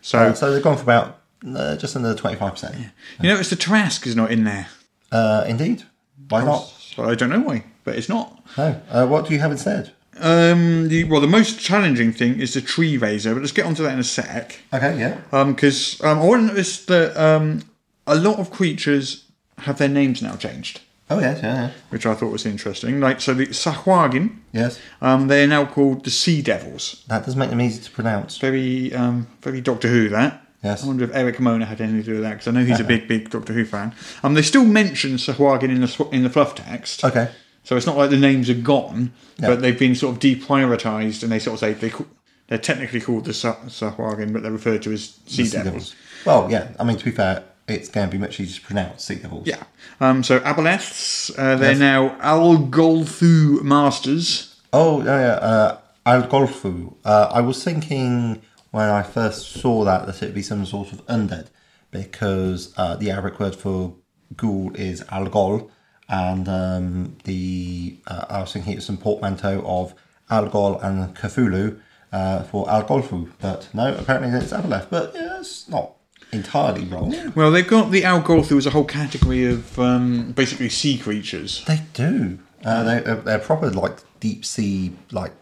[SPEAKER 3] So,
[SPEAKER 4] So, so they've gone for about uh, just under 25%.
[SPEAKER 3] you notice the Trask is not in there.
[SPEAKER 4] Uh, indeed. Why not?
[SPEAKER 3] So I don't know why, but it's not.
[SPEAKER 4] No. Uh, what do you have instead?
[SPEAKER 3] Um, the, well, the most challenging thing is the Tree Razor, but let's get onto that in a sec.
[SPEAKER 4] Okay, yeah.
[SPEAKER 3] because um, I want to notice that um, a lot of creatures have their names now changed,
[SPEAKER 4] Oh, yes, yeah, yeah.
[SPEAKER 3] which I thought was interesting. Like so, the Sahuagin,
[SPEAKER 4] Yes.
[SPEAKER 3] um, they are now called the Sea Devils.
[SPEAKER 4] That does make them easy to pronounce.
[SPEAKER 3] Very, um, very Doctor Who that.
[SPEAKER 4] Yes. Uh-huh.
[SPEAKER 3] I wonder if Eric Mona had anything to do with that because I know he's a big, big Doctor Who fan. Um, they still mention Sahuagin in the sw- in the fluff text.
[SPEAKER 4] Okay.
[SPEAKER 3] So it's not like the names are gone,
[SPEAKER 4] Yeah.
[SPEAKER 3] but they've been sort of deprioritized, and they sort of say they ca- they're technically called the Sa- Sahuagin, but they're referred to as Sea
[SPEAKER 4] Sea
[SPEAKER 3] Devils.
[SPEAKER 4] devils. Well, yeah. I mean, to be fair, it's going to be much easier to pronounce sea devils.
[SPEAKER 3] Yeah. Um, so Aboleths, uh, they're
[SPEAKER 4] Yes.
[SPEAKER 3] now Algolthu Masters.
[SPEAKER 4] Oh yeah, yeah. Uh, Al Golfu. Uh, I was thinking when I first saw that that it'd be some sort of undead because uh, the Arabic word for ghoul is Al Gol, and um, the uh, I was thinking it's some portmanteau of Al Gol and Cthulhu uh, for Al Golfu, but no, apparently it's Aboleth. But yeah, it's not entirely wrong.
[SPEAKER 3] Well, they've got the Algolthu as a whole category of um, basically sea creatures.
[SPEAKER 4] They do. Uh, they, they're, they're proper like deep sea like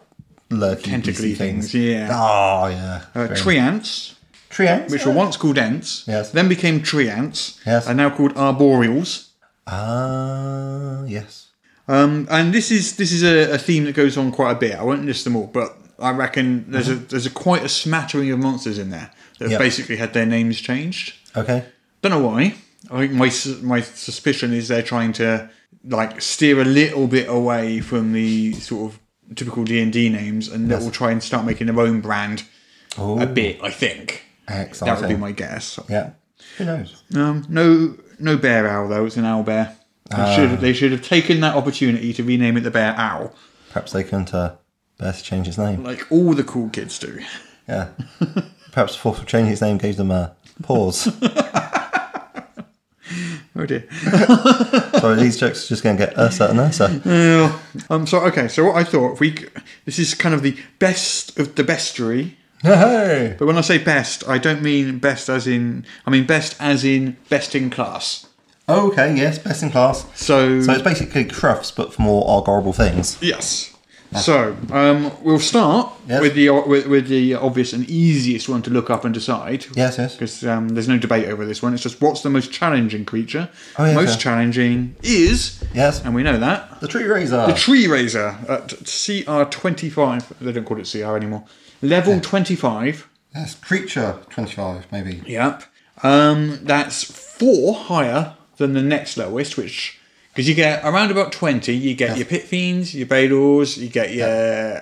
[SPEAKER 4] lurking
[SPEAKER 3] Tentacly
[SPEAKER 4] things.
[SPEAKER 3] things, yeah.
[SPEAKER 4] Oh yeah.
[SPEAKER 3] Uh,
[SPEAKER 4] Very
[SPEAKER 3] Treants,
[SPEAKER 4] Treants?
[SPEAKER 3] which were once called ants,
[SPEAKER 4] Yes.
[SPEAKER 3] then became tree ants,
[SPEAKER 4] Yes.
[SPEAKER 3] are now called arboreals.
[SPEAKER 4] Ah, yes.
[SPEAKER 3] Um, and this is this is a, a theme that goes on quite a bit. I won't list them all, but I reckon there's a there's a quite a smattering of monsters in there that have
[SPEAKER 4] Mm-hmm. Yep.
[SPEAKER 3] basically had their names changed.
[SPEAKER 4] Okay.
[SPEAKER 3] Don't know why. I think my sus- my suspicion is they're trying to like steer a little bit away from the sort of typical D and D names, and they will try and start making their own brand a bit. I think
[SPEAKER 4] Exciting.
[SPEAKER 3] that would be my guess.
[SPEAKER 4] Yeah. Who knows?
[SPEAKER 3] Um, no, no bear owl though. It's an owl bear. They, should, they should have taken that opportunity to rename it the bear owl,
[SPEAKER 4] Perhaps they couldn't uh, bear to change his name.
[SPEAKER 3] like all the cool kids do.
[SPEAKER 4] Yeah. Perhaps the force of changing his name gave them a pause.
[SPEAKER 3] Oh dear.
[SPEAKER 4] Sorry, these jokes are just going to get Ursa and Ursa.
[SPEAKER 3] Um. So okay. So what I thought, if we c- this is kind of the best of the bestery.
[SPEAKER 4] Hey!
[SPEAKER 3] But when I say best, I don't mean best as in I mean best as in best in class.
[SPEAKER 4] Okay, yes, best in class.
[SPEAKER 3] So,
[SPEAKER 4] So it's basically Crufts, but for more horrible things.
[SPEAKER 3] yes. So um, we'll start
[SPEAKER 4] Yes.
[SPEAKER 3] with the o- with, with the obvious and easiest one to look up and decide.
[SPEAKER 4] Yes, yes.
[SPEAKER 3] because um, there's no debate over this one. It's just what's the most challenging creature?
[SPEAKER 4] Oh, yeah,
[SPEAKER 3] most
[SPEAKER 4] okay.
[SPEAKER 3] challenging is,
[SPEAKER 4] Yes.
[SPEAKER 3] and we know that
[SPEAKER 4] The tree razor.
[SPEAKER 3] the tree raiser at CR 25. They don't call it CR anymore. Level 25.
[SPEAKER 4] yes, creature 25, maybe.
[SPEAKER 3] Yep. Um, that's four higher than the next lowest, which because you get around about 20, you get your pit fiends, your Baylors, you get your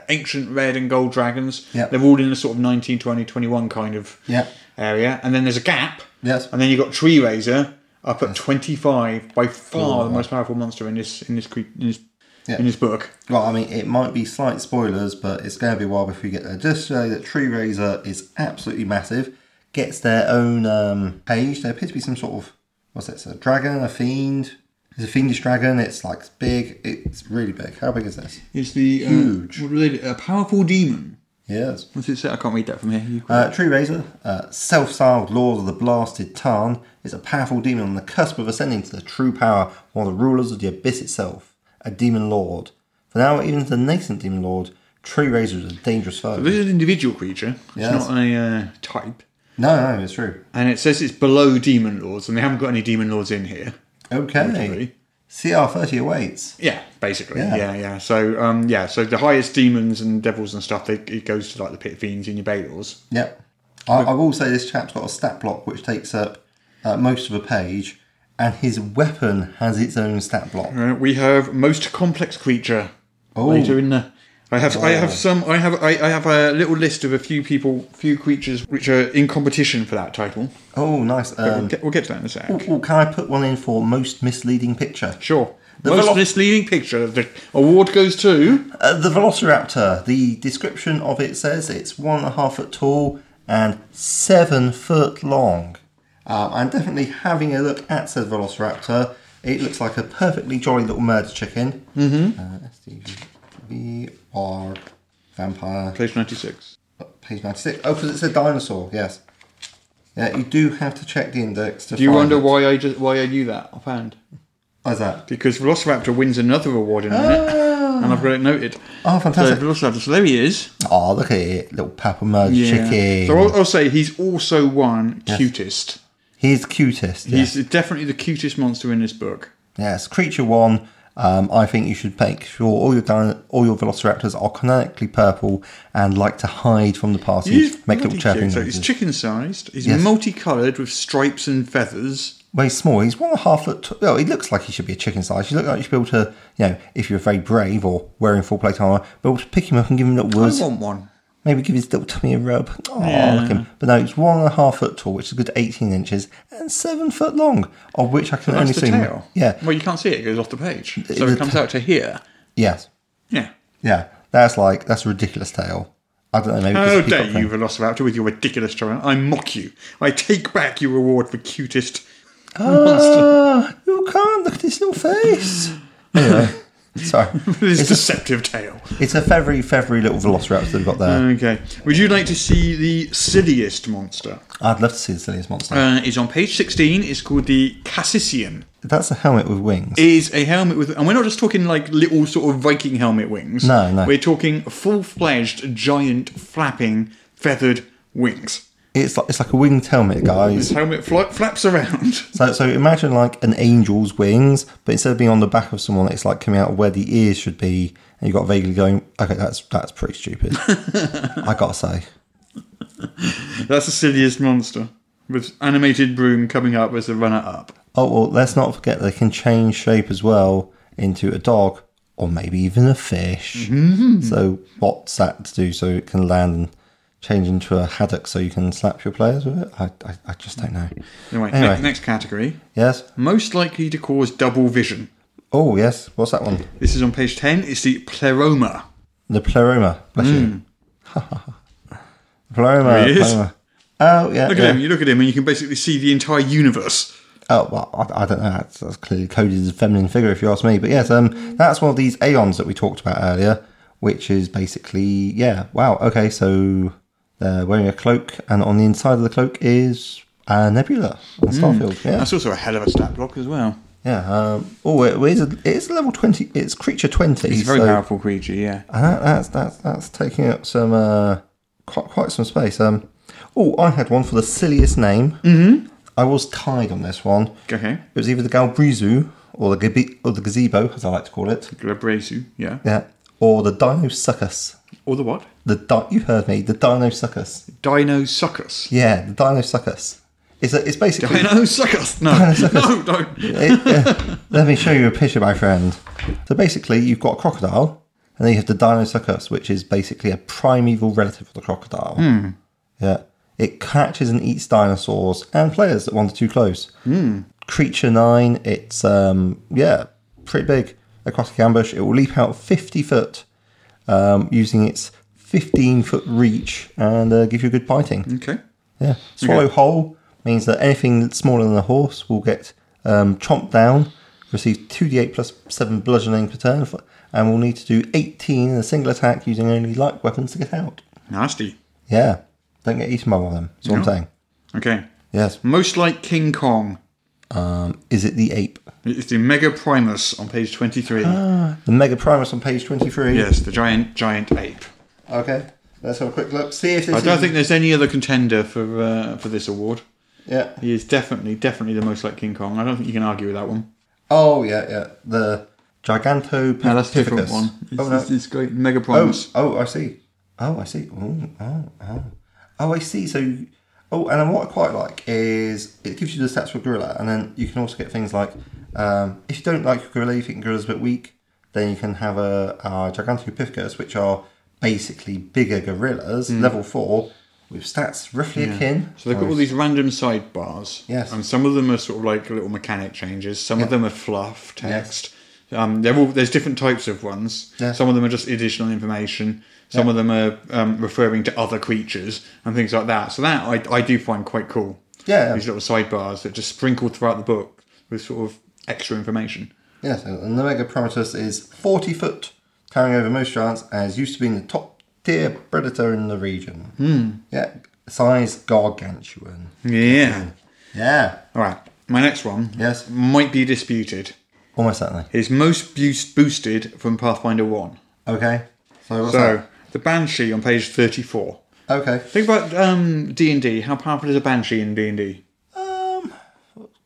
[SPEAKER 3] ancient red and gold dragons.
[SPEAKER 4] Yeah.
[SPEAKER 3] They're all in the sort of 19, 20, 21 kind of
[SPEAKER 4] Yeah.
[SPEAKER 3] area. And then there's a gap.
[SPEAKER 4] Yes.
[SPEAKER 3] And then you've got Tree Razor up at 25, by far the most powerful monster in this in this cre- in this,
[SPEAKER 4] Yeah.
[SPEAKER 3] in this book.
[SPEAKER 4] Well, I mean, it might be slight spoilers, but it's going to be a while before we get there. Just to say that Tree Razor is absolutely massive, gets their own um, page. There appears to be some sort of, what's it, it's a dragon, a fiend. It's a fiendish dragon, it's like big, it's really big. How big is this?
[SPEAKER 3] It's the uh,
[SPEAKER 4] Huge.
[SPEAKER 3] what are they- a powerful demon.
[SPEAKER 4] Yes.
[SPEAKER 3] What's it say? I can't read that from here. You-
[SPEAKER 4] Uh, Tree Razor, uh, self styled Lord of the Blasted Tarn, is a powerful demon on the cusp of ascending to the true power, one of the rulers of the Abyss itself, a demon lord. For now, even to the nascent demon lord, Tree Razor is a dangerous foe.
[SPEAKER 3] This is an individual creature. It's
[SPEAKER 4] Yes.
[SPEAKER 3] not a uh, type.
[SPEAKER 4] No, no, it's true.
[SPEAKER 3] And it says it's below demon lords, and they haven't got any demon lords in here.
[SPEAKER 4] Okay.
[SPEAKER 3] Really?
[SPEAKER 4] CR 30 awaits.
[SPEAKER 3] Yeah, basically. Yeah,
[SPEAKER 4] Yeah.
[SPEAKER 3] yeah. So, um, yeah. So the highest demons and devils and stuff, they, it goes to like the pit fiends and your Baylors.
[SPEAKER 4] Yep. I, I will say this chap's got a stat block which takes up uh, most of a page, and his weapon has its own stat block.
[SPEAKER 3] Uh, we have most complex creature
[SPEAKER 4] Oh,
[SPEAKER 3] later in the. I have I have some I have I, I have a little list of a few people few creatures which are in competition for that title.
[SPEAKER 4] oh nice.
[SPEAKER 3] we'll,
[SPEAKER 4] Um,
[SPEAKER 3] get, we'll get to that in a sec.
[SPEAKER 4] oh, can I put one in for most misleading picture?
[SPEAKER 3] Sure.
[SPEAKER 4] The
[SPEAKER 3] Most
[SPEAKER 4] velo-
[SPEAKER 3] misleading picture. The award goes to.
[SPEAKER 4] Uh, the Velociraptor, the description of it says it's one and a half foot tall and seven foot long. Um, and definitely having a look at said Velociraptor, it looks like a perfectly jolly little murder chicken. Mm-hmm. Uh, SDV, Org, Vampire,
[SPEAKER 3] Page ninety six.
[SPEAKER 4] page 96. Oh, because it's a dinosaur, yes. Yeah, you do have to check the index to
[SPEAKER 3] Do you
[SPEAKER 4] find
[SPEAKER 3] wonder
[SPEAKER 4] it.
[SPEAKER 3] why I just, why I knew that offhand?
[SPEAKER 4] Why's that?
[SPEAKER 3] Because Velociraptor wins another award in a minute, and I've got it noted.
[SPEAKER 4] Oh,
[SPEAKER 3] So
[SPEAKER 4] fantastic.
[SPEAKER 3] Velociraptor, so there he is.
[SPEAKER 4] Oh, look at it, little papa murder chicken.
[SPEAKER 3] So I'll, I'll say he's also one cutest.
[SPEAKER 4] He's cutest. yes.
[SPEAKER 3] He's definitely the cutest monster in this book.
[SPEAKER 4] Yes, creature one. Um, I think you should make sure all your dino- all your velociraptors are canonically purple and like to hide from the party.
[SPEAKER 3] He's
[SPEAKER 4] make little
[SPEAKER 3] bloody
[SPEAKER 4] chirping
[SPEAKER 3] cute. So he's
[SPEAKER 4] noises.
[SPEAKER 3] chicken sized. He's
[SPEAKER 4] Yes.
[SPEAKER 3] multicoloured with stripes and feathers.
[SPEAKER 4] Well, he's small. He's one and a half foot. T- well, he looks like he should be a chicken size. You look like you should be able to, you know, if you're very brave or wearing full plate armor, be able to pick him up and give him little words.
[SPEAKER 3] I want one.
[SPEAKER 4] Maybe give his little tummy a rub. Oh,
[SPEAKER 3] Yeah.
[SPEAKER 4] look at him. But no, he's one and a half foot tall, which is a good eighteen inches and seven foot long, of which I can
[SPEAKER 3] That's
[SPEAKER 4] only
[SPEAKER 3] the
[SPEAKER 4] see.
[SPEAKER 3] tail.
[SPEAKER 4] Yeah.
[SPEAKER 3] Well, you can't see it. It goes off the page, so
[SPEAKER 4] the
[SPEAKER 3] it comes
[SPEAKER 4] ta-
[SPEAKER 3] out to here.
[SPEAKER 4] Yes.
[SPEAKER 3] Yeah.
[SPEAKER 4] Yeah. That's like that's a ridiculous tail. I don't know. Maybe
[SPEAKER 3] How
[SPEAKER 4] just a
[SPEAKER 3] dare
[SPEAKER 4] peacock thing.
[SPEAKER 3] you, Velociraptor, with your ridiculous trial? I mock you. I take back your award for cutest.
[SPEAKER 4] Ah, you can't look at his little face. anyway, sorry.
[SPEAKER 3] This
[SPEAKER 4] It's a,
[SPEAKER 3] deceptive tale.
[SPEAKER 4] it's a feathery, feathery little velociraptor they've got there.
[SPEAKER 3] Okay. Would you like to see the silliest monster?
[SPEAKER 4] I'd love to see the silliest monster.
[SPEAKER 3] Uh, it's on page 16. It's called the Cassisian.
[SPEAKER 4] That's a helmet with wings.
[SPEAKER 3] It is a helmet with, and we're not just talking like little sort of Viking helmet wings.
[SPEAKER 4] No, no.
[SPEAKER 3] We're talking full fledged, giant, flapping, feathered wings.
[SPEAKER 4] It's like it's like a winged helmet, guys.
[SPEAKER 3] His helmet fla- flaps around.
[SPEAKER 4] So, so imagine like an angel's wings, but instead of being on the back of someone, it's like coming out where the ears should be, and you got vaguely going, okay, that's that's pretty stupid. I gotta say,
[SPEAKER 3] That's the silliest monster. With animated broom coming up as a runner up.
[SPEAKER 4] oh well, let's not forget they can change shape as well into a dog or maybe even a fish.
[SPEAKER 3] Mm-hmm.
[SPEAKER 4] So what's that to do? So it can land and change into a haddock, so you can slap your players with it. I I, I just don't know.
[SPEAKER 3] Anyway,
[SPEAKER 4] Anyway.
[SPEAKER 3] ne- next category.
[SPEAKER 4] Yes.
[SPEAKER 3] Most likely to cause double vision.
[SPEAKER 4] Oh yes. What's that one?
[SPEAKER 3] This is on page 10. It's the pleroma.
[SPEAKER 4] The pleroma. Bless
[SPEAKER 3] Mm.
[SPEAKER 4] you. pleroma.
[SPEAKER 3] There he is.
[SPEAKER 4] pleroma. Oh yeah.
[SPEAKER 3] Look
[SPEAKER 4] yeah.
[SPEAKER 3] at him. You look at him and you can basically see the entire universe.
[SPEAKER 4] Oh well, I, I don't know. That's, that's clearly coded as a feminine figure, if you ask me. But yes,
[SPEAKER 3] Mm.
[SPEAKER 4] um, that's one of these aeons that we talked about earlier, which is basically yeah. Wow. Okay, so they're wearing a cloak, and on the inside of the cloak is a nebula on Starfield. Yeah,
[SPEAKER 3] Mm. That's also a hell of a stat block as well.
[SPEAKER 4] yeah. Um, oh, it, it is a, it's level twenty. It's creature twenty.
[SPEAKER 3] It's a very
[SPEAKER 4] so-
[SPEAKER 3] powerful creature, yeah.
[SPEAKER 4] And that, that's that's that's taking up some uh, quite quite some space. Um, oh, I had one for the silliest name. Mm-hmm. I was tied on this one.
[SPEAKER 3] Okay.
[SPEAKER 4] It was either the Galbrizu or the gabi- or the gazebo, as I like to call it.
[SPEAKER 3] Glabrazu, yeah.
[SPEAKER 4] Yeah, or the Dinosuchus.
[SPEAKER 3] Or the what?
[SPEAKER 4] The di- you heard me. The Dinosuchus.
[SPEAKER 3] Dinosuchus.
[SPEAKER 4] Yeah, the Dinosuchus. It's a, it's basically.
[SPEAKER 3] Dinosuchus! No. no, don't.
[SPEAKER 4] it- yeah. Let me show you a picture, my friend. So basically, you've got a crocodile, and then you have the Dinosuchus, which is basically a primeval relative of the crocodile. Yeah. It catches and eats dinosaurs and players that wander too close. Creature nine, it's um yeah, pretty big. Aquatic ambush, it will leap out fifty foot, um, using its fifteen foot reach and uh, give you a good biting.
[SPEAKER 3] Okay.
[SPEAKER 4] Yeah. Swallow whole means that anything smaller than a horse will get um, chomped down, receive 2d8 plus 7 bludgeoning per turn, f- and will need to do 18 in a single attack using only light weapons to get out.
[SPEAKER 3] Nasty.
[SPEAKER 4] Yeah. Don't get eaten by one of them. That's what I'm saying.
[SPEAKER 3] Okay.
[SPEAKER 4] Yes.
[SPEAKER 3] Most like King Kong.
[SPEAKER 4] Um, is it the ape?
[SPEAKER 3] It's the Mega Primus on page 23.
[SPEAKER 4] The Mega Primus on page 23.
[SPEAKER 3] yes, the giant, giant ape.
[SPEAKER 4] Okay. Let's have a quick look. See if this
[SPEAKER 3] I don't
[SPEAKER 4] is-
[SPEAKER 3] think there's any other contender for uh, for this award.
[SPEAKER 4] Yeah.
[SPEAKER 3] He is definitely, definitely the most like King Kong. I don't think you can argue with that one.
[SPEAKER 4] Oh, yeah, yeah. The Gigantopithecus.
[SPEAKER 3] No, that's a different one. It's,
[SPEAKER 4] Oh, no.
[SPEAKER 3] it's, it's great. Mega
[SPEAKER 4] Oh,
[SPEAKER 3] Primus.
[SPEAKER 4] oh, I see. Oh, I see. Ooh, oh, oh, oh, I see. So, oh, and then what I quite like is it gives you the stats for gorilla, and then you can also get things like um, if you don't like your gorilla, you think gorilla's a bit weak, then you can have a, a gigantopithecus, which are basically bigger gorillas, level four, with stats roughly akin.
[SPEAKER 3] Hmm. So they've got all these random sidebars.
[SPEAKER 4] Yes.
[SPEAKER 3] And some of them are sort of like little mechanic changes. Some of them are fluff text. Um, they're all, there's different types of ones.
[SPEAKER 4] Yeah.
[SPEAKER 3] Some of them are just additional information. Some of them are um, referring to other creatures and things like that. So that I, I do find quite cool.
[SPEAKER 4] Yeah.
[SPEAKER 3] These little sidebars that just sprinkled throughout the book with sort of extra information.
[SPEAKER 4] Yes, and the Mega Primatus is 40 foot, towering over most giants, and has used to being the top tier predator in the region. Yeah, size gargantuan.
[SPEAKER 3] Yeah.
[SPEAKER 4] Yeah,
[SPEAKER 3] All right. My next one
[SPEAKER 4] Yes.
[SPEAKER 3] might be disputed.
[SPEAKER 4] almost certainly.
[SPEAKER 3] Is most bu- boosted from Pathfinder 1.
[SPEAKER 4] Okay, so what's
[SPEAKER 3] So, the Banshee on page 34.
[SPEAKER 4] that? Okay,
[SPEAKER 3] Think about um, D&D. How powerful is a banshee in D&D?
[SPEAKER 4] Um,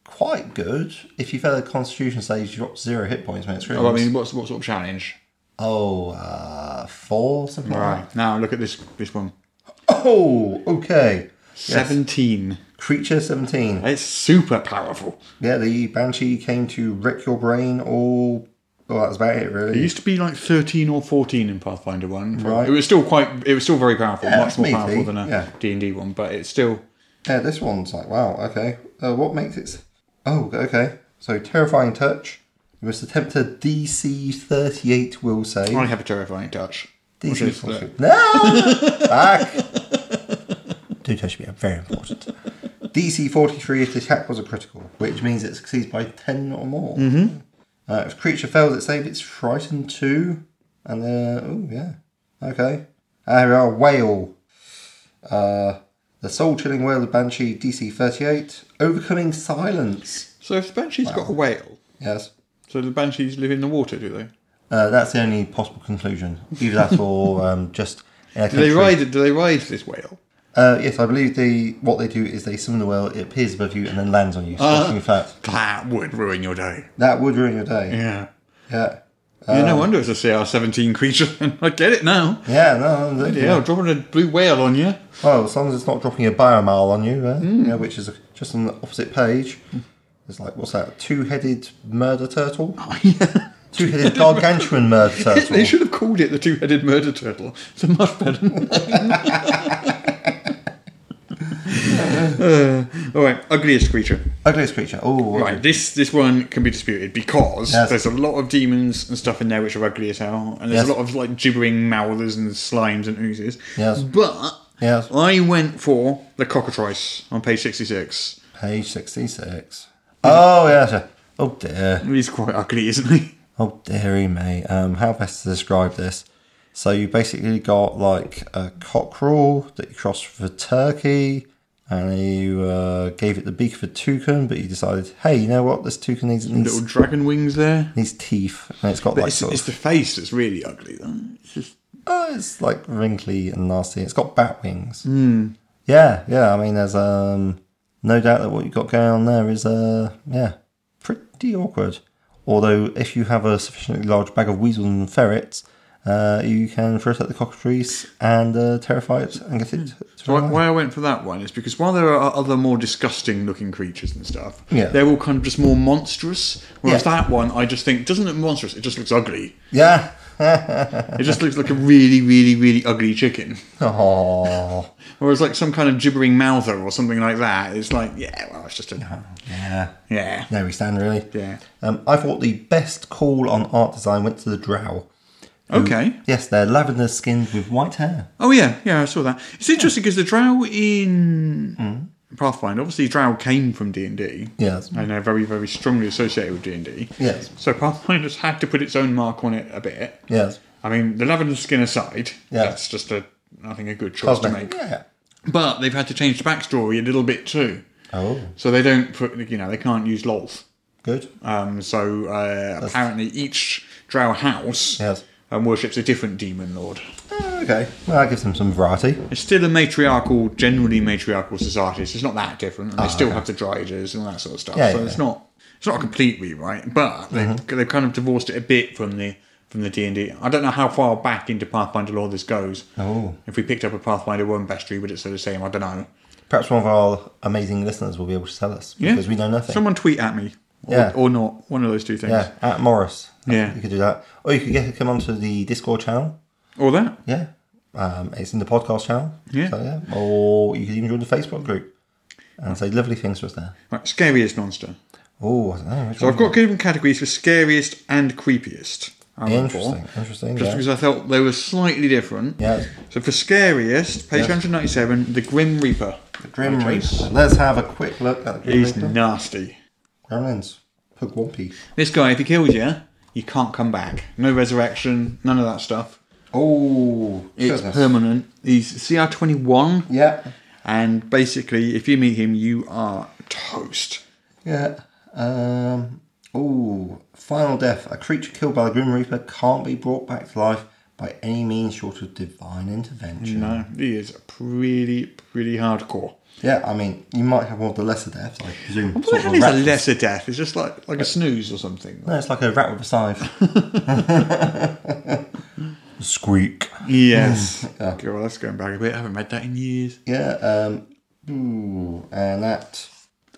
[SPEAKER 4] quite good. If you fail the Constitution save, you drop zero hit points when it's
[SPEAKER 3] Oh, I mean, what's what sort of challenge?
[SPEAKER 4] oh, uh, four something.
[SPEAKER 3] All
[SPEAKER 4] like
[SPEAKER 3] right. Now look at this this one.
[SPEAKER 4] that. Oh, okay.
[SPEAKER 3] Seventeen.
[SPEAKER 4] Creature seventeen.
[SPEAKER 3] It's super powerful.
[SPEAKER 4] Yeah, the banshee came to wreck your brain. All. Well, that's about it, really.
[SPEAKER 3] It used to be like thirteen or fourteen in Pathfinder One.
[SPEAKER 4] Right.
[SPEAKER 3] It was still quite. It was still very powerful.
[SPEAKER 4] Yeah,
[SPEAKER 3] much more
[SPEAKER 4] meaty,
[SPEAKER 3] powerful than
[SPEAKER 4] yeah.
[SPEAKER 3] a D and D one, but it's still
[SPEAKER 4] Yeah, this one's like, wow, okay. Uh, what makes it. s- Oh, okay. So, terrifying touch. You must attempt a DC 38 will save.
[SPEAKER 3] I have a terrifying touch. Which
[SPEAKER 4] DC
[SPEAKER 3] is,
[SPEAKER 4] 38. No! Back! Do touch me, I'm very important. DC 43 if the attack was a critical, which means it succeeds by 10 or more. Mm-hmm. Uh, if creature fails its save, it's frightened too. And, uh, oh, yeah. Okay. Uh, here we are, whale. Uh, the soul chilling whale of Banshee, DC 38. Overcoming silence.
[SPEAKER 3] so if the banshee's got a whale,
[SPEAKER 4] Yes.
[SPEAKER 3] so the banshees live in the water, do they?
[SPEAKER 4] Uh, that's the only possible conclusion. Either that or um, just. in a
[SPEAKER 3] Do they
[SPEAKER 4] country-
[SPEAKER 3] ride? Do they ride this whale?
[SPEAKER 4] Uh, yes, I believe they what they do is they summon the whale, it appears above you, and then lands on you.
[SPEAKER 3] Uh-huh.
[SPEAKER 4] Slashing flat.
[SPEAKER 3] That would ruin your day. Uh,
[SPEAKER 4] That would ruin your day.
[SPEAKER 3] Yeah.
[SPEAKER 4] Yeah.
[SPEAKER 3] yeah, no wonder it's a CR 17 creature. I get it now.
[SPEAKER 4] Yeah, no, no,
[SPEAKER 3] Yeah, dropping a blue whale on you.
[SPEAKER 4] Well, as long as it's not dropping a biomile on you, uh,
[SPEAKER 3] Hmm.
[SPEAKER 4] you know, which is just on the opposite page. It's like, what's that? Two headed murder turtle? Two headed gargantuan murder turtle.
[SPEAKER 3] They should have called it the two headed murder turtle. It's a much better name. Uh, all right, ugliest creature.
[SPEAKER 4] Ugliest creature. Oh,
[SPEAKER 3] Right, this this one can be disputed because
[SPEAKER 4] Yes.
[SPEAKER 3] there's a lot of demons and stuff in there which are ugly as hell, and there's
[SPEAKER 4] Yes.
[SPEAKER 3] a lot of like gibbering mouthers and slimes and oozes.
[SPEAKER 4] Yes.
[SPEAKER 3] But
[SPEAKER 4] Yes.
[SPEAKER 3] I went for the cockatrice on page sixty six.
[SPEAKER 4] Page 66. Oh, yeah. sure. Oh, dear.
[SPEAKER 3] He's quite ugly, isn't he?
[SPEAKER 4] Oh, dearie me. Um, how best to describe this? So, you basically got like a cockerel that you crossed with a turkey, and you uh, gave it the beak of a toucan, but you decided, hey, you know what? This toucan needs, needs
[SPEAKER 3] Little dragon wings there.
[SPEAKER 4] these teeth, and it's got
[SPEAKER 3] But
[SPEAKER 4] like
[SPEAKER 3] it's,
[SPEAKER 4] sort
[SPEAKER 3] it's the
[SPEAKER 4] of,
[SPEAKER 3] face that's really ugly, though. It's just
[SPEAKER 4] oh, it's like wrinkly and nasty. It's got bat wings. Yeah, yeah. I mean, there's um, no doubt that what you've got going on there is uh, yeah, pretty awkward. Although, if you have a sufficiently large bag of weasels and ferrets, uh, you can throw it at the cockatrice and uh, terrify it and get it. To
[SPEAKER 3] Why,
[SPEAKER 4] run away.
[SPEAKER 3] why I went for that one is because while there are other more disgusting looking creatures and stuff,
[SPEAKER 4] Yeah.
[SPEAKER 3] they're all kind of just more monstrous. Whereas
[SPEAKER 4] Yeah.
[SPEAKER 3] that one, I just think doesn't look monstrous; it just looks ugly.
[SPEAKER 4] Yeah.
[SPEAKER 3] It just looks like a really, really, really ugly chicken.
[SPEAKER 4] Oh.
[SPEAKER 3] Whereas like some kind of gibbering mouther or something like that, it's like yeah, well, it's just
[SPEAKER 4] Uh-huh.
[SPEAKER 3] a
[SPEAKER 4] Yeah.
[SPEAKER 3] yeah,
[SPEAKER 4] There we stand, really.
[SPEAKER 3] yeah.
[SPEAKER 4] Um, I thought the best call on art design went to the drow. Mm.
[SPEAKER 3] Okay.
[SPEAKER 4] Yes, they're lavender skinned with white hair.
[SPEAKER 3] Oh yeah, yeah. I saw that. It's interesting because the Drow in
[SPEAKER 4] Mm.
[SPEAKER 3] Pathfinder, obviously, Drow came from D and D.
[SPEAKER 4] Yes.
[SPEAKER 3] and they're very, very strongly associated with D and D.
[SPEAKER 4] Yes.
[SPEAKER 3] So Pathfinder's had to put its own mark on it a bit.
[SPEAKER 4] Yes.
[SPEAKER 3] I mean, the lavender skin aside,
[SPEAKER 4] Yeah.
[SPEAKER 3] that's just a, I think, a good choice to
[SPEAKER 4] Cosmic.
[SPEAKER 3] make.
[SPEAKER 4] Yeah.
[SPEAKER 3] But they've had to change the backstory a little bit too,
[SPEAKER 4] Oh,
[SPEAKER 3] so they don't put, you know, they can't use lols.
[SPEAKER 4] good.
[SPEAKER 3] Um, so uh, apparently, each Drow house
[SPEAKER 4] Yes.
[SPEAKER 3] um, worships a different demon lord.
[SPEAKER 4] Oh, Okay. Well, that gives them some variety.
[SPEAKER 3] It's still a matriarchal, generally matriarchal society, so it's not that different. And they still have the dryaders and all that sort of stuff.
[SPEAKER 4] Ah, Yeah,
[SPEAKER 3] so
[SPEAKER 4] yeah, Mm-hmm.
[SPEAKER 3] it's
[SPEAKER 4] yeah.
[SPEAKER 3] not it's not a complete rewrite, but they've, they've kind of divorced it a bit from the from the D and D. I don't know how far back into Pathfinder lore this goes.
[SPEAKER 4] Oh.
[SPEAKER 3] If we picked up a Pathfinder one bestiary, would it say the same? I don't know.
[SPEAKER 4] Perhaps one of our amazing listeners will be able to tell us
[SPEAKER 3] Yeah.
[SPEAKER 4] because we know nothing.
[SPEAKER 3] Someone tweet at me. Or,
[SPEAKER 4] Yeah.
[SPEAKER 3] or not. One of those two things.
[SPEAKER 4] yeah, at Morris.
[SPEAKER 3] Yeah.
[SPEAKER 4] you could do that, or you could get come onto the Discord channel.
[SPEAKER 3] Or that.
[SPEAKER 4] Yeah, um, it's in the podcast channel.
[SPEAKER 3] Yeah.
[SPEAKER 4] so yeah, or you could even join the Facebook group and say lovely things to us there.
[SPEAKER 3] Right, scariest monster.
[SPEAKER 4] Oh, I don't know. Which
[SPEAKER 3] So
[SPEAKER 4] one?
[SPEAKER 3] I've got given categories for scariest and creepiest. I went for,
[SPEAKER 4] interesting, interesting.
[SPEAKER 3] Just
[SPEAKER 4] yeah.
[SPEAKER 3] because I felt they were slightly different.
[SPEAKER 4] yeah,
[SPEAKER 3] So for scariest, page
[SPEAKER 4] Yes.
[SPEAKER 3] 197, the Grim Reaper.
[SPEAKER 4] the Grim
[SPEAKER 3] I
[SPEAKER 4] Reaper.
[SPEAKER 3] chose.
[SPEAKER 4] Let's have a quick look at the Grim
[SPEAKER 3] He's
[SPEAKER 4] Reaper.
[SPEAKER 3] nasty.
[SPEAKER 4] Gremlins. Pugwampy.
[SPEAKER 3] This guy, if he kills you, you can't come back. No resurrection, none of that stuff.
[SPEAKER 4] Oh,
[SPEAKER 3] It's
[SPEAKER 4] goodness.
[SPEAKER 3] permanent. He's CR 21,
[SPEAKER 4] Yeah,
[SPEAKER 3] and basically, if you meet him, you are toast.
[SPEAKER 4] yeah. Um, oh, final death. A creature killed by the Grim Reaper can't be brought back to life by any means short of divine intervention.
[SPEAKER 3] No, he is pretty, pretty hardcore.
[SPEAKER 4] Yeah, I mean, you might have one of the lesser deaths, I presume.
[SPEAKER 3] What the
[SPEAKER 4] sort of
[SPEAKER 3] hell is a
[SPEAKER 4] rat-
[SPEAKER 3] lesser death? It's just like like a snooze or something.
[SPEAKER 4] No, it's like a rat with a scythe. Squeak.
[SPEAKER 3] Yes. Mm. Okay, well, that's going back a bit. I haven't read that in years.
[SPEAKER 4] Yeah, um, ooh, and that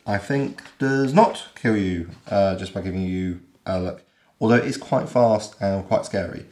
[SPEAKER 4] I think does not kill you uh, just by giving you a look. Although it is quite fast and quite scary.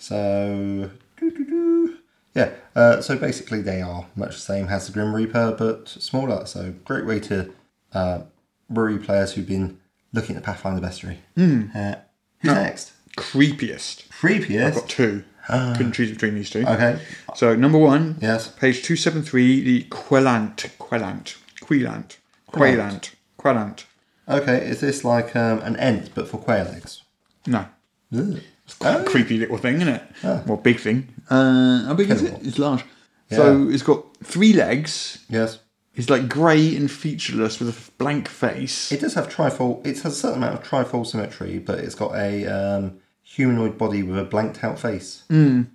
[SPEAKER 4] So, doo-doo-doo. yeah. Uh, so basically, they are much the same as the Grim Reaper, but smaller. So great way to uh, worry players who've been looking at Pathfinder Bestiary. Uh, who's next?
[SPEAKER 3] Creepiest. I've got
[SPEAKER 4] Creepiest.
[SPEAKER 3] two. Couldn't choose between these two.
[SPEAKER 4] Okay.
[SPEAKER 3] So number one,
[SPEAKER 4] Yes.
[SPEAKER 3] page two seven three, the Quellant, Quellant, Quellant, Quellant, Quellant.
[SPEAKER 4] Okay. Is this like um, an ant but for quail eggs?
[SPEAKER 3] No,
[SPEAKER 4] Ugh.
[SPEAKER 3] it's quite a
[SPEAKER 4] Oh.
[SPEAKER 3] creepy little thing, isn't it? Well, big thing. Uh, how big is it? It's large. So it's got three legs.
[SPEAKER 4] Yes.
[SPEAKER 3] It's like grey and featureless with a blank face.
[SPEAKER 4] It does have trifold. It has a certain amount of trifold symmetry, but it's got a um,
[SPEAKER 3] Mm.
[SPEAKER 4] humanoid body with a blanked out face.
[SPEAKER 3] and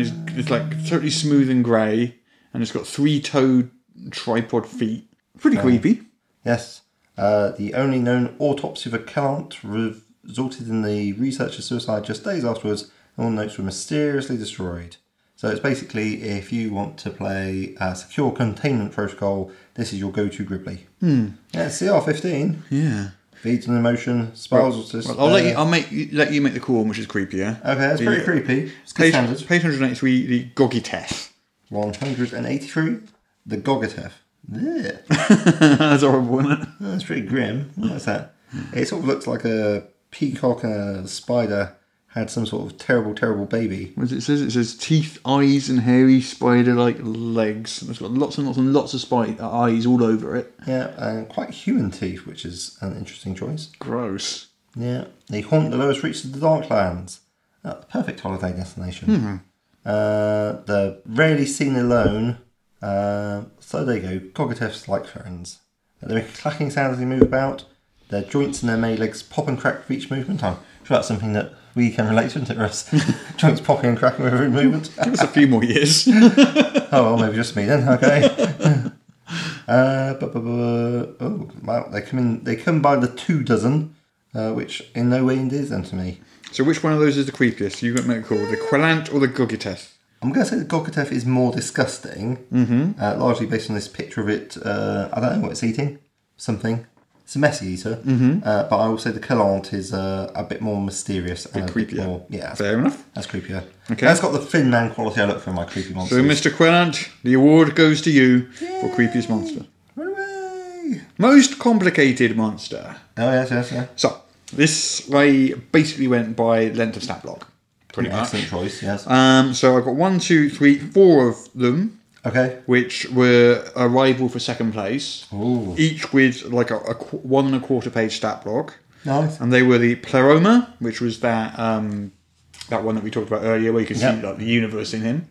[SPEAKER 3] it's it's like totally smooth and grey, and it's got three toed tripod feet. Uh, Pretty creepy.
[SPEAKER 4] Yes. Uh, the only known autopsy of a Callant re- resulted in the researcher's suicide just days afterwards, and all notes were mysteriously destroyed. So it's basically if you want to play a secure containment protocol, this is your go to Gribbly. Hmm. Yeah, it's CR15.
[SPEAKER 3] Yeah.
[SPEAKER 4] Feeds an emotion, spousal
[SPEAKER 3] Well, I'll let you. I'll make you, let you make the call one, which is creepier.
[SPEAKER 4] Uh, Okay, that's pretty
[SPEAKER 3] The-
[SPEAKER 4] creepy. It's good
[SPEAKER 3] Page,
[SPEAKER 4] standards.
[SPEAKER 3] page 183, the Goggy Test.
[SPEAKER 4] 183. The Gogatef. Yeah.
[SPEAKER 3] That's horrible, isn't it?
[SPEAKER 4] That's pretty grim. What's that? It sort of looks like a peacock and a spider had some sort of terrible, terrible baby.
[SPEAKER 3] What does it says? It says teeth, eyes, and hairy spider-like legs. It's got lots and lots and lots of spider eyes all over it.
[SPEAKER 4] Yeah, and quite human teeth, which is an interesting choice.
[SPEAKER 3] Gross.
[SPEAKER 4] Yeah. They haunt the lowest reaches of the Darklands. Ah, the perfect holiday destination. Uh, they're rarely seen alone. Uh, so there you go. Cockatefs like friends. They make clacking sounds as they move about. Their joints in their may legs pop and crack with each movement. I'm sure that's something that we can relate to, isn't it, Russ? joints popping and cracking with every movement.
[SPEAKER 3] Give us a few more years.
[SPEAKER 4] Oh, well, maybe just me then. Okay. uh, bu- bu- bu- oh, wow. They come in. They come by the two dozen, uh, which in no way endears them to me.
[SPEAKER 3] so which one of those is the creepiest? You got to make a call. The Quellant or the Goggy Test?
[SPEAKER 4] I'm going to say the Gogatef is more disgusting, mm-hmm. uh, largely based on this picture of it. Uh, I don't know what it's eating. Something. It's a messy eater. Mm-hmm. Uh, but I will say the Calant is uh, a bit more mysterious and a bit
[SPEAKER 3] creepier.
[SPEAKER 4] more. Yeah, that's,
[SPEAKER 3] Fair enough.
[SPEAKER 4] that's creepier.
[SPEAKER 3] Okay.
[SPEAKER 4] That's got the Thin Man quality I look for in my creepy
[SPEAKER 3] So,
[SPEAKER 4] monsters.
[SPEAKER 3] Mr. Quellant, the award goes to you for creepiest monster,
[SPEAKER 4] Hooray!
[SPEAKER 3] most complicated monster.
[SPEAKER 4] Oh, yes, yes, yeah.
[SPEAKER 3] So this I basically went by length of snap block, pretty much.
[SPEAKER 4] Excellent choice, yes.
[SPEAKER 3] Um, so I've got one, two, three, four of them.
[SPEAKER 4] okay.
[SPEAKER 3] which were a rival for second place,
[SPEAKER 4] Ooh.
[SPEAKER 3] each with like a, a qu- one and a quarter page stat block,
[SPEAKER 4] Nice.
[SPEAKER 3] and they were the Pleroma, which was that um, that one that we talked about earlier, where you could
[SPEAKER 4] Yep. Mm-hmm.
[SPEAKER 3] see like the universe in him,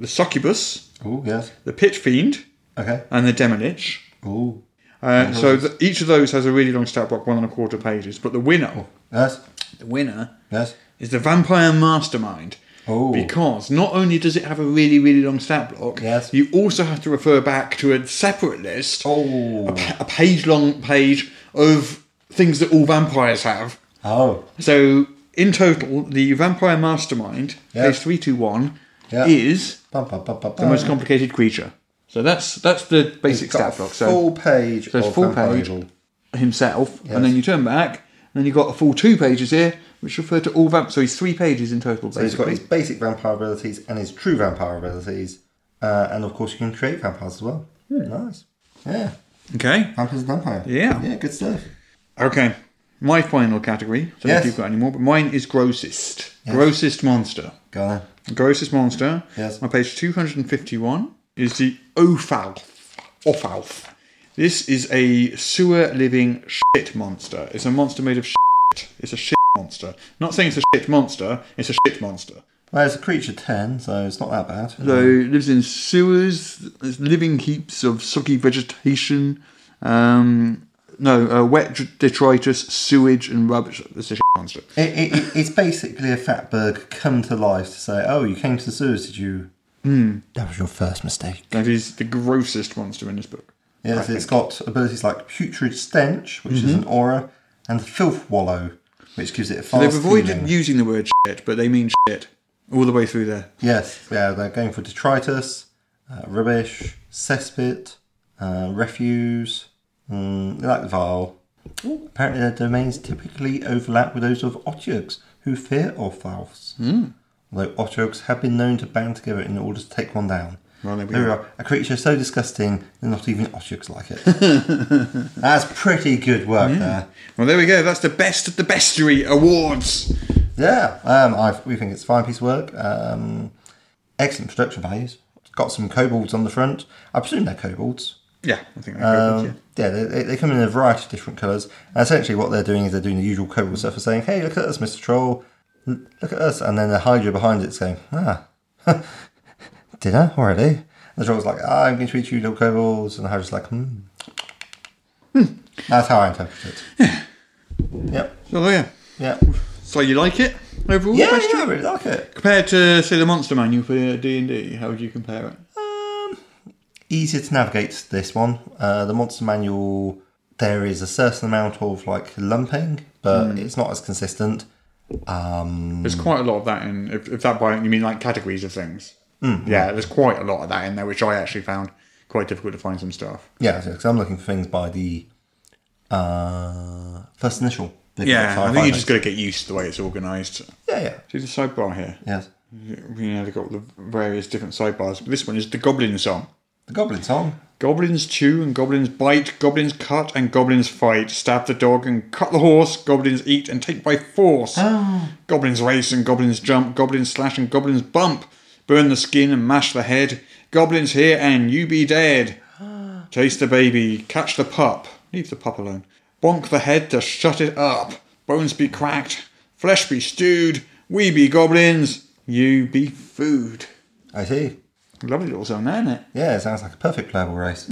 [SPEAKER 3] the Succubus,
[SPEAKER 4] Oh, yes.
[SPEAKER 3] the Pit Fiend,
[SPEAKER 4] Okay.
[SPEAKER 3] and the Demolich.
[SPEAKER 4] Oh,
[SPEAKER 3] Uh, so the, each of those has a really long stat block, one and a quarter pages. But the
[SPEAKER 4] Oh.
[SPEAKER 3] winner,
[SPEAKER 4] yes.
[SPEAKER 3] the winner
[SPEAKER 4] Yes.
[SPEAKER 3] is the Vampire Mastermind.
[SPEAKER 4] Oh.
[SPEAKER 3] Because not only does it have a really, really long stat block,
[SPEAKER 4] Yes.
[SPEAKER 3] you also have to refer back to a separate list,
[SPEAKER 4] Oh.
[SPEAKER 3] a, pa- a page long page of things that all vampires have.
[SPEAKER 4] Oh.
[SPEAKER 3] So, in total, the Vampire Mastermind,
[SPEAKER 4] Yeah.
[SPEAKER 3] page 321,
[SPEAKER 4] Yeah.
[SPEAKER 3] is
[SPEAKER 4] Bum, bum, bum, bum,
[SPEAKER 3] the most
[SPEAKER 4] bum.
[SPEAKER 3] complicated creature. So, that's that's the basic
[SPEAKER 4] It's got
[SPEAKER 3] stat block.
[SPEAKER 4] a
[SPEAKER 3] So,
[SPEAKER 4] Full page.
[SPEAKER 3] so it's
[SPEAKER 4] of
[SPEAKER 3] full
[SPEAKER 4] vampire
[SPEAKER 3] page.
[SPEAKER 4] evil.
[SPEAKER 3] himself,
[SPEAKER 4] Yes.
[SPEAKER 3] and then you turn back, and then you've got a full two pages here, which refer to all vampires. So, he's three pages in total,
[SPEAKER 4] So
[SPEAKER 3] basically.
[SPEAKER 4] he's got his basic vampire abilities and his true vampire abilities, uh, and of course you can create vampires as well. Nice. Yeah.
[SPEAKER 3] okay.
[SPEAKER 4] Vampires and vampire.
[SPEAKER 3] Hmm. Yeah.
[SPEAKER 4] Yeah. Good stuff.
[SPEAKER 3] Okay. My final category. I don't know
[SPEAKER 4] Yes.
[SPEAKER 3] if you've got any more, but mine is grossest. Grossest monster.
[SPEAKER 4] Go on.
[SPEAKER 3] Grossest monster.
[SPEAKER 4] Yes.
[SPEAKER 3] On page 251 is the Ofalf. Ofalf. This is a sewer living shit monster. It's a monster made of shit. It's a shit monster. Not saying it's a shit monster, it's a shit monster.
[SPEAKER 4] Well, it's a creature ten, so it's not that bad.
[SPEAKER 3] So it lives in sewers, there's living heaps of soggy vegetation, um, no, uh, wet d- detritus, sewage, and rubbish. It's a shit monster.
[SPEAKER 4] It, it, it, it's basically a fatberg come to life to say, "Oh, you came to the sewers, did you?"
[SPEAKER 3] Hmm.
[SPEAKER 4] That was your first mistake.
[SPEAKER 3] That is the grossest monster in this book.
[SPEAKER 4] Yes, it's got abilities like putrid stench, which
[SPEAKER 3] Mm-hmm.
[SPEAKER 4] is an aura, and filth wallow, which gives it a fast
[SPEAKER 3] They've avoided
[SPEAKER 4] healing.
[SPEAKER 3] using the word shit, but they mean shit all the way through there.
[SPEAKER 4] Yes, yeah, they're going for detritus, uh, rubbish, cesspit, uh, refuse, mm, they like the vile. Apparently, their domains typically overlap with those of otyugs, who fear orfalfs.
[SPEAKER 3] Hmm.
[SPEAKER 4] Although otyugs have been known to band together in order to take one down.
[SPEAKER 3] Well, there we
[SPEAKER 4] There
[SPEAKER 3] go.
[SPEAKER 4] are a creature so disgusting that not even otyugs like it. That's pretty good work there.
[SPEAKER 3] Well, there we go. That's the best of the bestiary awards.
[SPEAKER 4] Yeah, um, I, we think it's a fine piece of work. Um, excellent production values. It's got some kobolds on the front. I presume they're kobolds.
[SPEAKER 3] Yeah, I think.
[SPEAKER 4] Um,
[SPEAKER 3] that's
[SPEAKER 4] yeah,
[SPEAKER 3] good,
[SPEAKER 4] they, they- they come in a variety of different colours. And essentially, what they're doing is they're doing the usual kobold stuff of saying, hey, look at us, Mr. Troll. L- Look at us. And then the Hydra behind it's going, ah, dinner already? And the Troll's like, ah, I'm going to eat you, little kobolds. And the Hydra's like, hmm. That's how I interpret it. Yep,
[SPEAKER 3] yeah. So oh, yeah.
[SPEAKER 4] yep.
[SPEAKER 3] So you like it overall?
[SPEAKER 4] Um, Yeah,
[SPEAKER 3] bestiary?
[SPEAKER 4] yeah, I really like it.
[SPEAKER 3] Compared to say the Monster Manual for D and D, how would you compare it?
[SPEAKER 4] Um, easier to navigate this one. Uh, the monster manual, there is a certain amount of like lumping, but
[SPEAKER 3] Hmm.
[SPEAKER 4] it's not as consistent.
[SPEAKER 3] There's quite a lot of that in. If, if that by you mean like categories of things. Mm, Yeah, there's quite a lot of that in there, which I actually found quite difficult to find some stuff.
[SPEAKER 4] Yeah, because I'm looking for things by the uh, first initial. Big
[SPEAKER 3] Yeah,
[SPEAKER 4] Sci-Fi
[SPEAKER 3] I think you
[SPEAKER 4] notes.
[SPEAKER 3] just got to get used to the way it's organised.
[SPEAKER 4] yeah, yeah,
[SPEAKER 3] See the sidebar here.
[SPEAKER 4] yes.
[SPEAKER 3] You know, they've got the various different sidebars. But this one is the Goblin Song.
[SPEAKER 4] The Goblin Song.
[SPEAKER 3] Goblins chew and goblins bite, goblins cut and goblins fight, stab the dog and cut the horse, goblins eat and take by force. Goblins race and goblins jump, goblins slash and goblins bump, burn the skin and mash the head. Goblins here and you be dead. Chase the baby, catch the pup, leave the pup alone. Bonk the head to shut it up. Bones be cracked, flesh be stewed, we be goblins, you be food.
[SPEAKER 4] I see.
[SPEAKER 3] Lovely little song, there, isn't it?
[SPEAKER 4] Yeah, it sounds like a perfect playable race.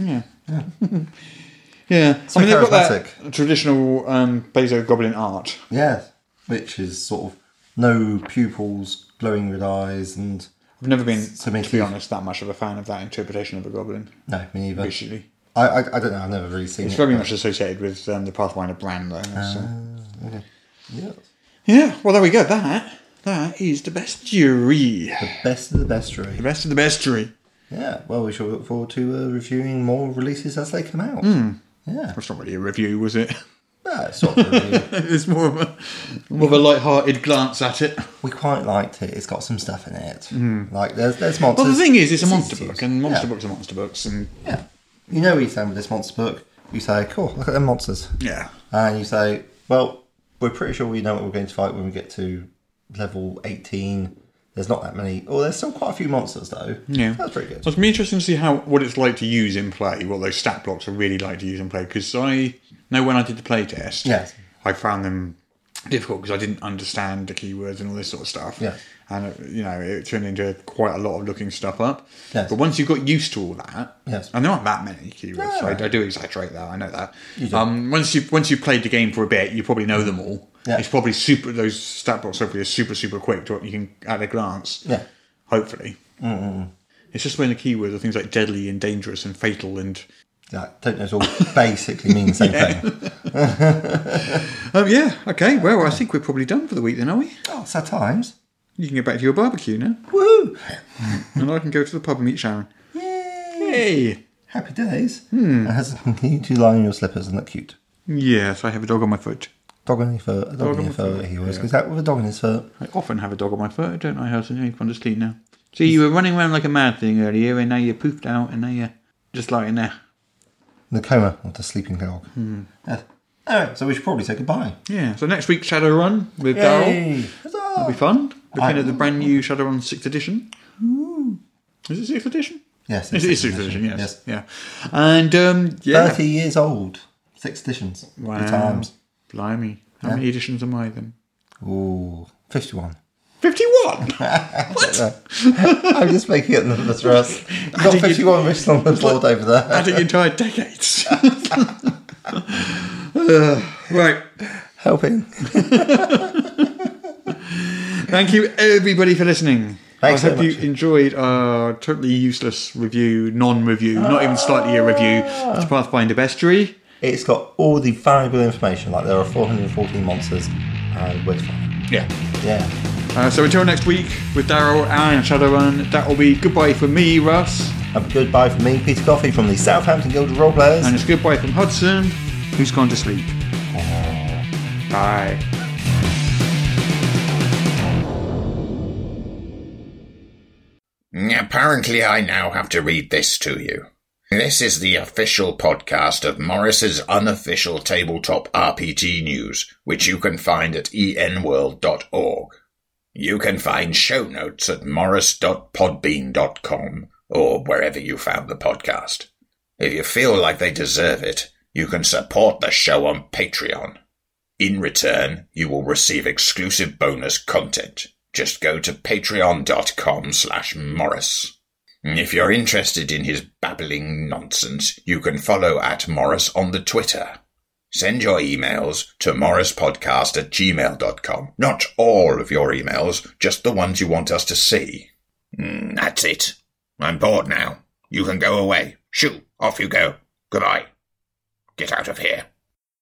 [SPEAKER 3] Yeah,
[SPEAKER 4] So
[SPEAKER 3] I mean they've got that
[SPEAKER 4] charismatic.
[SPEAKER 3] traditional um, Bezo goblin art.
[SPEAKER 4] Yes, which is sort of no pupils, glowing red eyes, and
[SPEAKER 3] I've never been,
[SPEAKER 4] So make
[SPEAKER 3] to be
[SPEAKER 4] you-
[SPEAKER 3] honest, that much of a fan of that interpretation of a goblin.
[SPEAKER 4] no, me neither.
[SPEAKER 3] Basically,
[SPEAKER 4] I, I, I don't know. I've never really seen
[SPEAKER 3] it's
[SPEAKER 4] it.
[SPEAKER 3] very
[SPEAKER 4] but-
[SPEAKER 3] much associated with um, the Pathfinder brand, though. so.
[SPEAKER 4] Yeah.
[SPEAKER 3] Yeah, well there we go. That that is the bestiary.
[SPEAKER 4] Best of the best, really.
[SPEAKER 3] The best of the bestiary.
[SPEAKER 4] Yeah, well, we shall look forward to uh, reviewing more releases as they come out.
[SPEAKER 3] Hmm.
[SPEAKER 4] Yeah,
[SPEAKER 3] That's not really a review, was it?
[SPEAKER 4] no, it's sort of a review.
[SPEAKER 3] it's more of a more of a light-hearted glance at it.
[SPEAKER 4] we quite liked it. It's got some stuff in it. Like there's there's monsters.
[SPEAKER 3] Hmm. Well, the thing is, it's a
[SPEAKER 4] easy
[SPEAKER 3] monster
[SPEAKER 4] to
[SPEAKER 3] book,
[SPEAKER 4] use.
[SPEAKER 3] and monster
[SPEAKER 4] Yeah.
[SPEAKER 3] books are monster books, and
[SPEAKER 4] Yeah, you know what you say with this monster book. You say, "Cool, look at them monsters,"
[SPEAKER 3] yeah,
[SPEAKER 4] and you say, "Well, we're pretty sure we know what we're going to fight when we get to level 18." There's not that many. Oh, there's still quite a few monsters though.
[SPEAKER 3] Yeah.
[SPEAKER 4] that's pretty good.
[SPEAKER 3] So it's be interesting to see how what it's like to use in play. What those stat blocks are really like to use in play because I know when I did the play test,
[SPEAKER 4] Yes.
[SPEAKER 3] I found them difficult because I didn't understand the keywords and all this sort of stuff.
[SPEAKER 4] Yes.
[SPEAKER 3] and it, you know it turned into quite a lot of looking stuff up.
[SPEAKER 4] Yes.
[SPEAKER 3] But once you got used to all that,
[SPEAKER 4] Yes.
[SPEAKER 3] and there aren't that many keywords. so I,
[SPEAKER 4] No.
[SPEAKER 3] I do exaggerate that. I know that.
[SPEAKER 4] do.
[SPEAKER 3] Um, once you once you've played the game for a bit, you probably know them all.
[SPEAKER 4] Yeah.
[SPEAKER 3] It's probably super. Those stat blocks hopefully are super super quick to what you can at a glance
[SPEAKER 4] Yeah,
[SPEAKER 3] hopefully. It's just when the keywords are things like deadly and dangerous and fatal and
[SPEAKER 4] yeah. Don't know. all basically mean the same thing.
[SPEAKER 3] oh yeah okay well I think we're probably done for the week then are we?
[SPEAKER 4] Oh, sad times.
[SPEAKER 3] You can get back to your barbecue now,
[SPEAKER 4] Woohoo!
[SPEAKER 3] and I can go to the pub and meet Sharon. Yay!
[SPEAKER 4] Happy days. Hmm. And has continued to lie on your slippers, isn't that cute?
[SPEAKER 3] Yes, I have a dog on my foot.
[SPEAKER 4] Dog on your foot, a dog, on your foot. He always goes out with a dog on his foot.
[SPEAKER 3] I often have a dog on my foot, don't I, Hudson? You can just sleep now. See, you were running around like a mad thing earlier, and now you're poofed out, and now you're just lying there.
[SPEAKER 4] In the coma of the sleeping dog. Yes. Alright, so we should probably say goodbye.
[SPEAKER 3] Yeah. So next week, Shadowrun with Daryl.
[SPEAKER 4] Huzzah!
[SPEAKER 3] It'll be fun. Looking
[SPEAKER 4] Oh. I- Mm.
[SPEAKER 3] at the brand new Shadowrun Sixth Edition. Is it Sixth Edition?
[SPEAKER 4] Yes,
[SPEAKER 3] It's, it's
[SPEAKER 4] sixth
[SPEAKER 3] sixth edition, yes. Yeah. And um, yeah,
[SPEAKER 4] 30 years old. Six editions. Wow.
[SPEAKER 3] Wow.
[SPEAKER 4] times.
[SPEAKER 3] blimey, how many editions am I then?
[SPEAKER 4] Ooh, 51.
[SPEAKER 3] Fifty-one.
[SPEAKER 4] I'm just making up numbers for us. You've
[SPEAKER 3] think
[SPEAKER 4] got
[SPEAKER 3] you-
[SPEAKER 4] 51 written on the board over there.
[SPEAKER 3] Adding entire decades. Uh, right.
[SPEAKER 4] Helping.
[SPEAKER 3] Thank you, everybody, for listening.
[SPEAKER 4] Thanks
[SPEAKER 3] I
[SPEAKER 4] so
[SPEAKER 3] hope you
[SPEAKER 4] much.
[SPEAKER 3] enjoyed our totally useless review, non-review, not even slightly a review
[SPEAKER 4] Ah.
[SPEAKER 3] of Pathfinder Bestiary.
[SPEAKER 4] It's got all the valuable information, like there are 414 monsters and we're fine.
[SPEAKER 3] Yeah.
[SPEAKER 4] Yeah.
[SPEAKER 3] Uh, so until next week with Daryl and Shadowrun, that will be goodbye for me, Russ,
[SPEAKER 4] A goodbye from me, Peter Coffey from the Southampton Guild of Roleplayers.
[SPEAKER 3] and it's goodbye from Hudson, who's gone to sleep. Bye.
[SPEAKER 1] Apparently, I now have to read this to you. This is the official podcast of Morris's unofficial tabletop RPG news, which you can find at enworld.org. You can find show notes at morris.podbean.com or wherever you found the podcast. If you feel like they deserve it, you can support the show on Patreon. In return, you will receive exclusive bonus content. Just go to patreon.com slash morris. If you're interested in his babbling nonsense, you can follow at Morris on the Twitter. Send your emails to morrispodcast at gmail.com. Not all of your emails, just the ones you want us to see. Mm, that's it. Hmm, I'm bored now. You can go away. Shoo, off you go. Goodbye. Get out of here.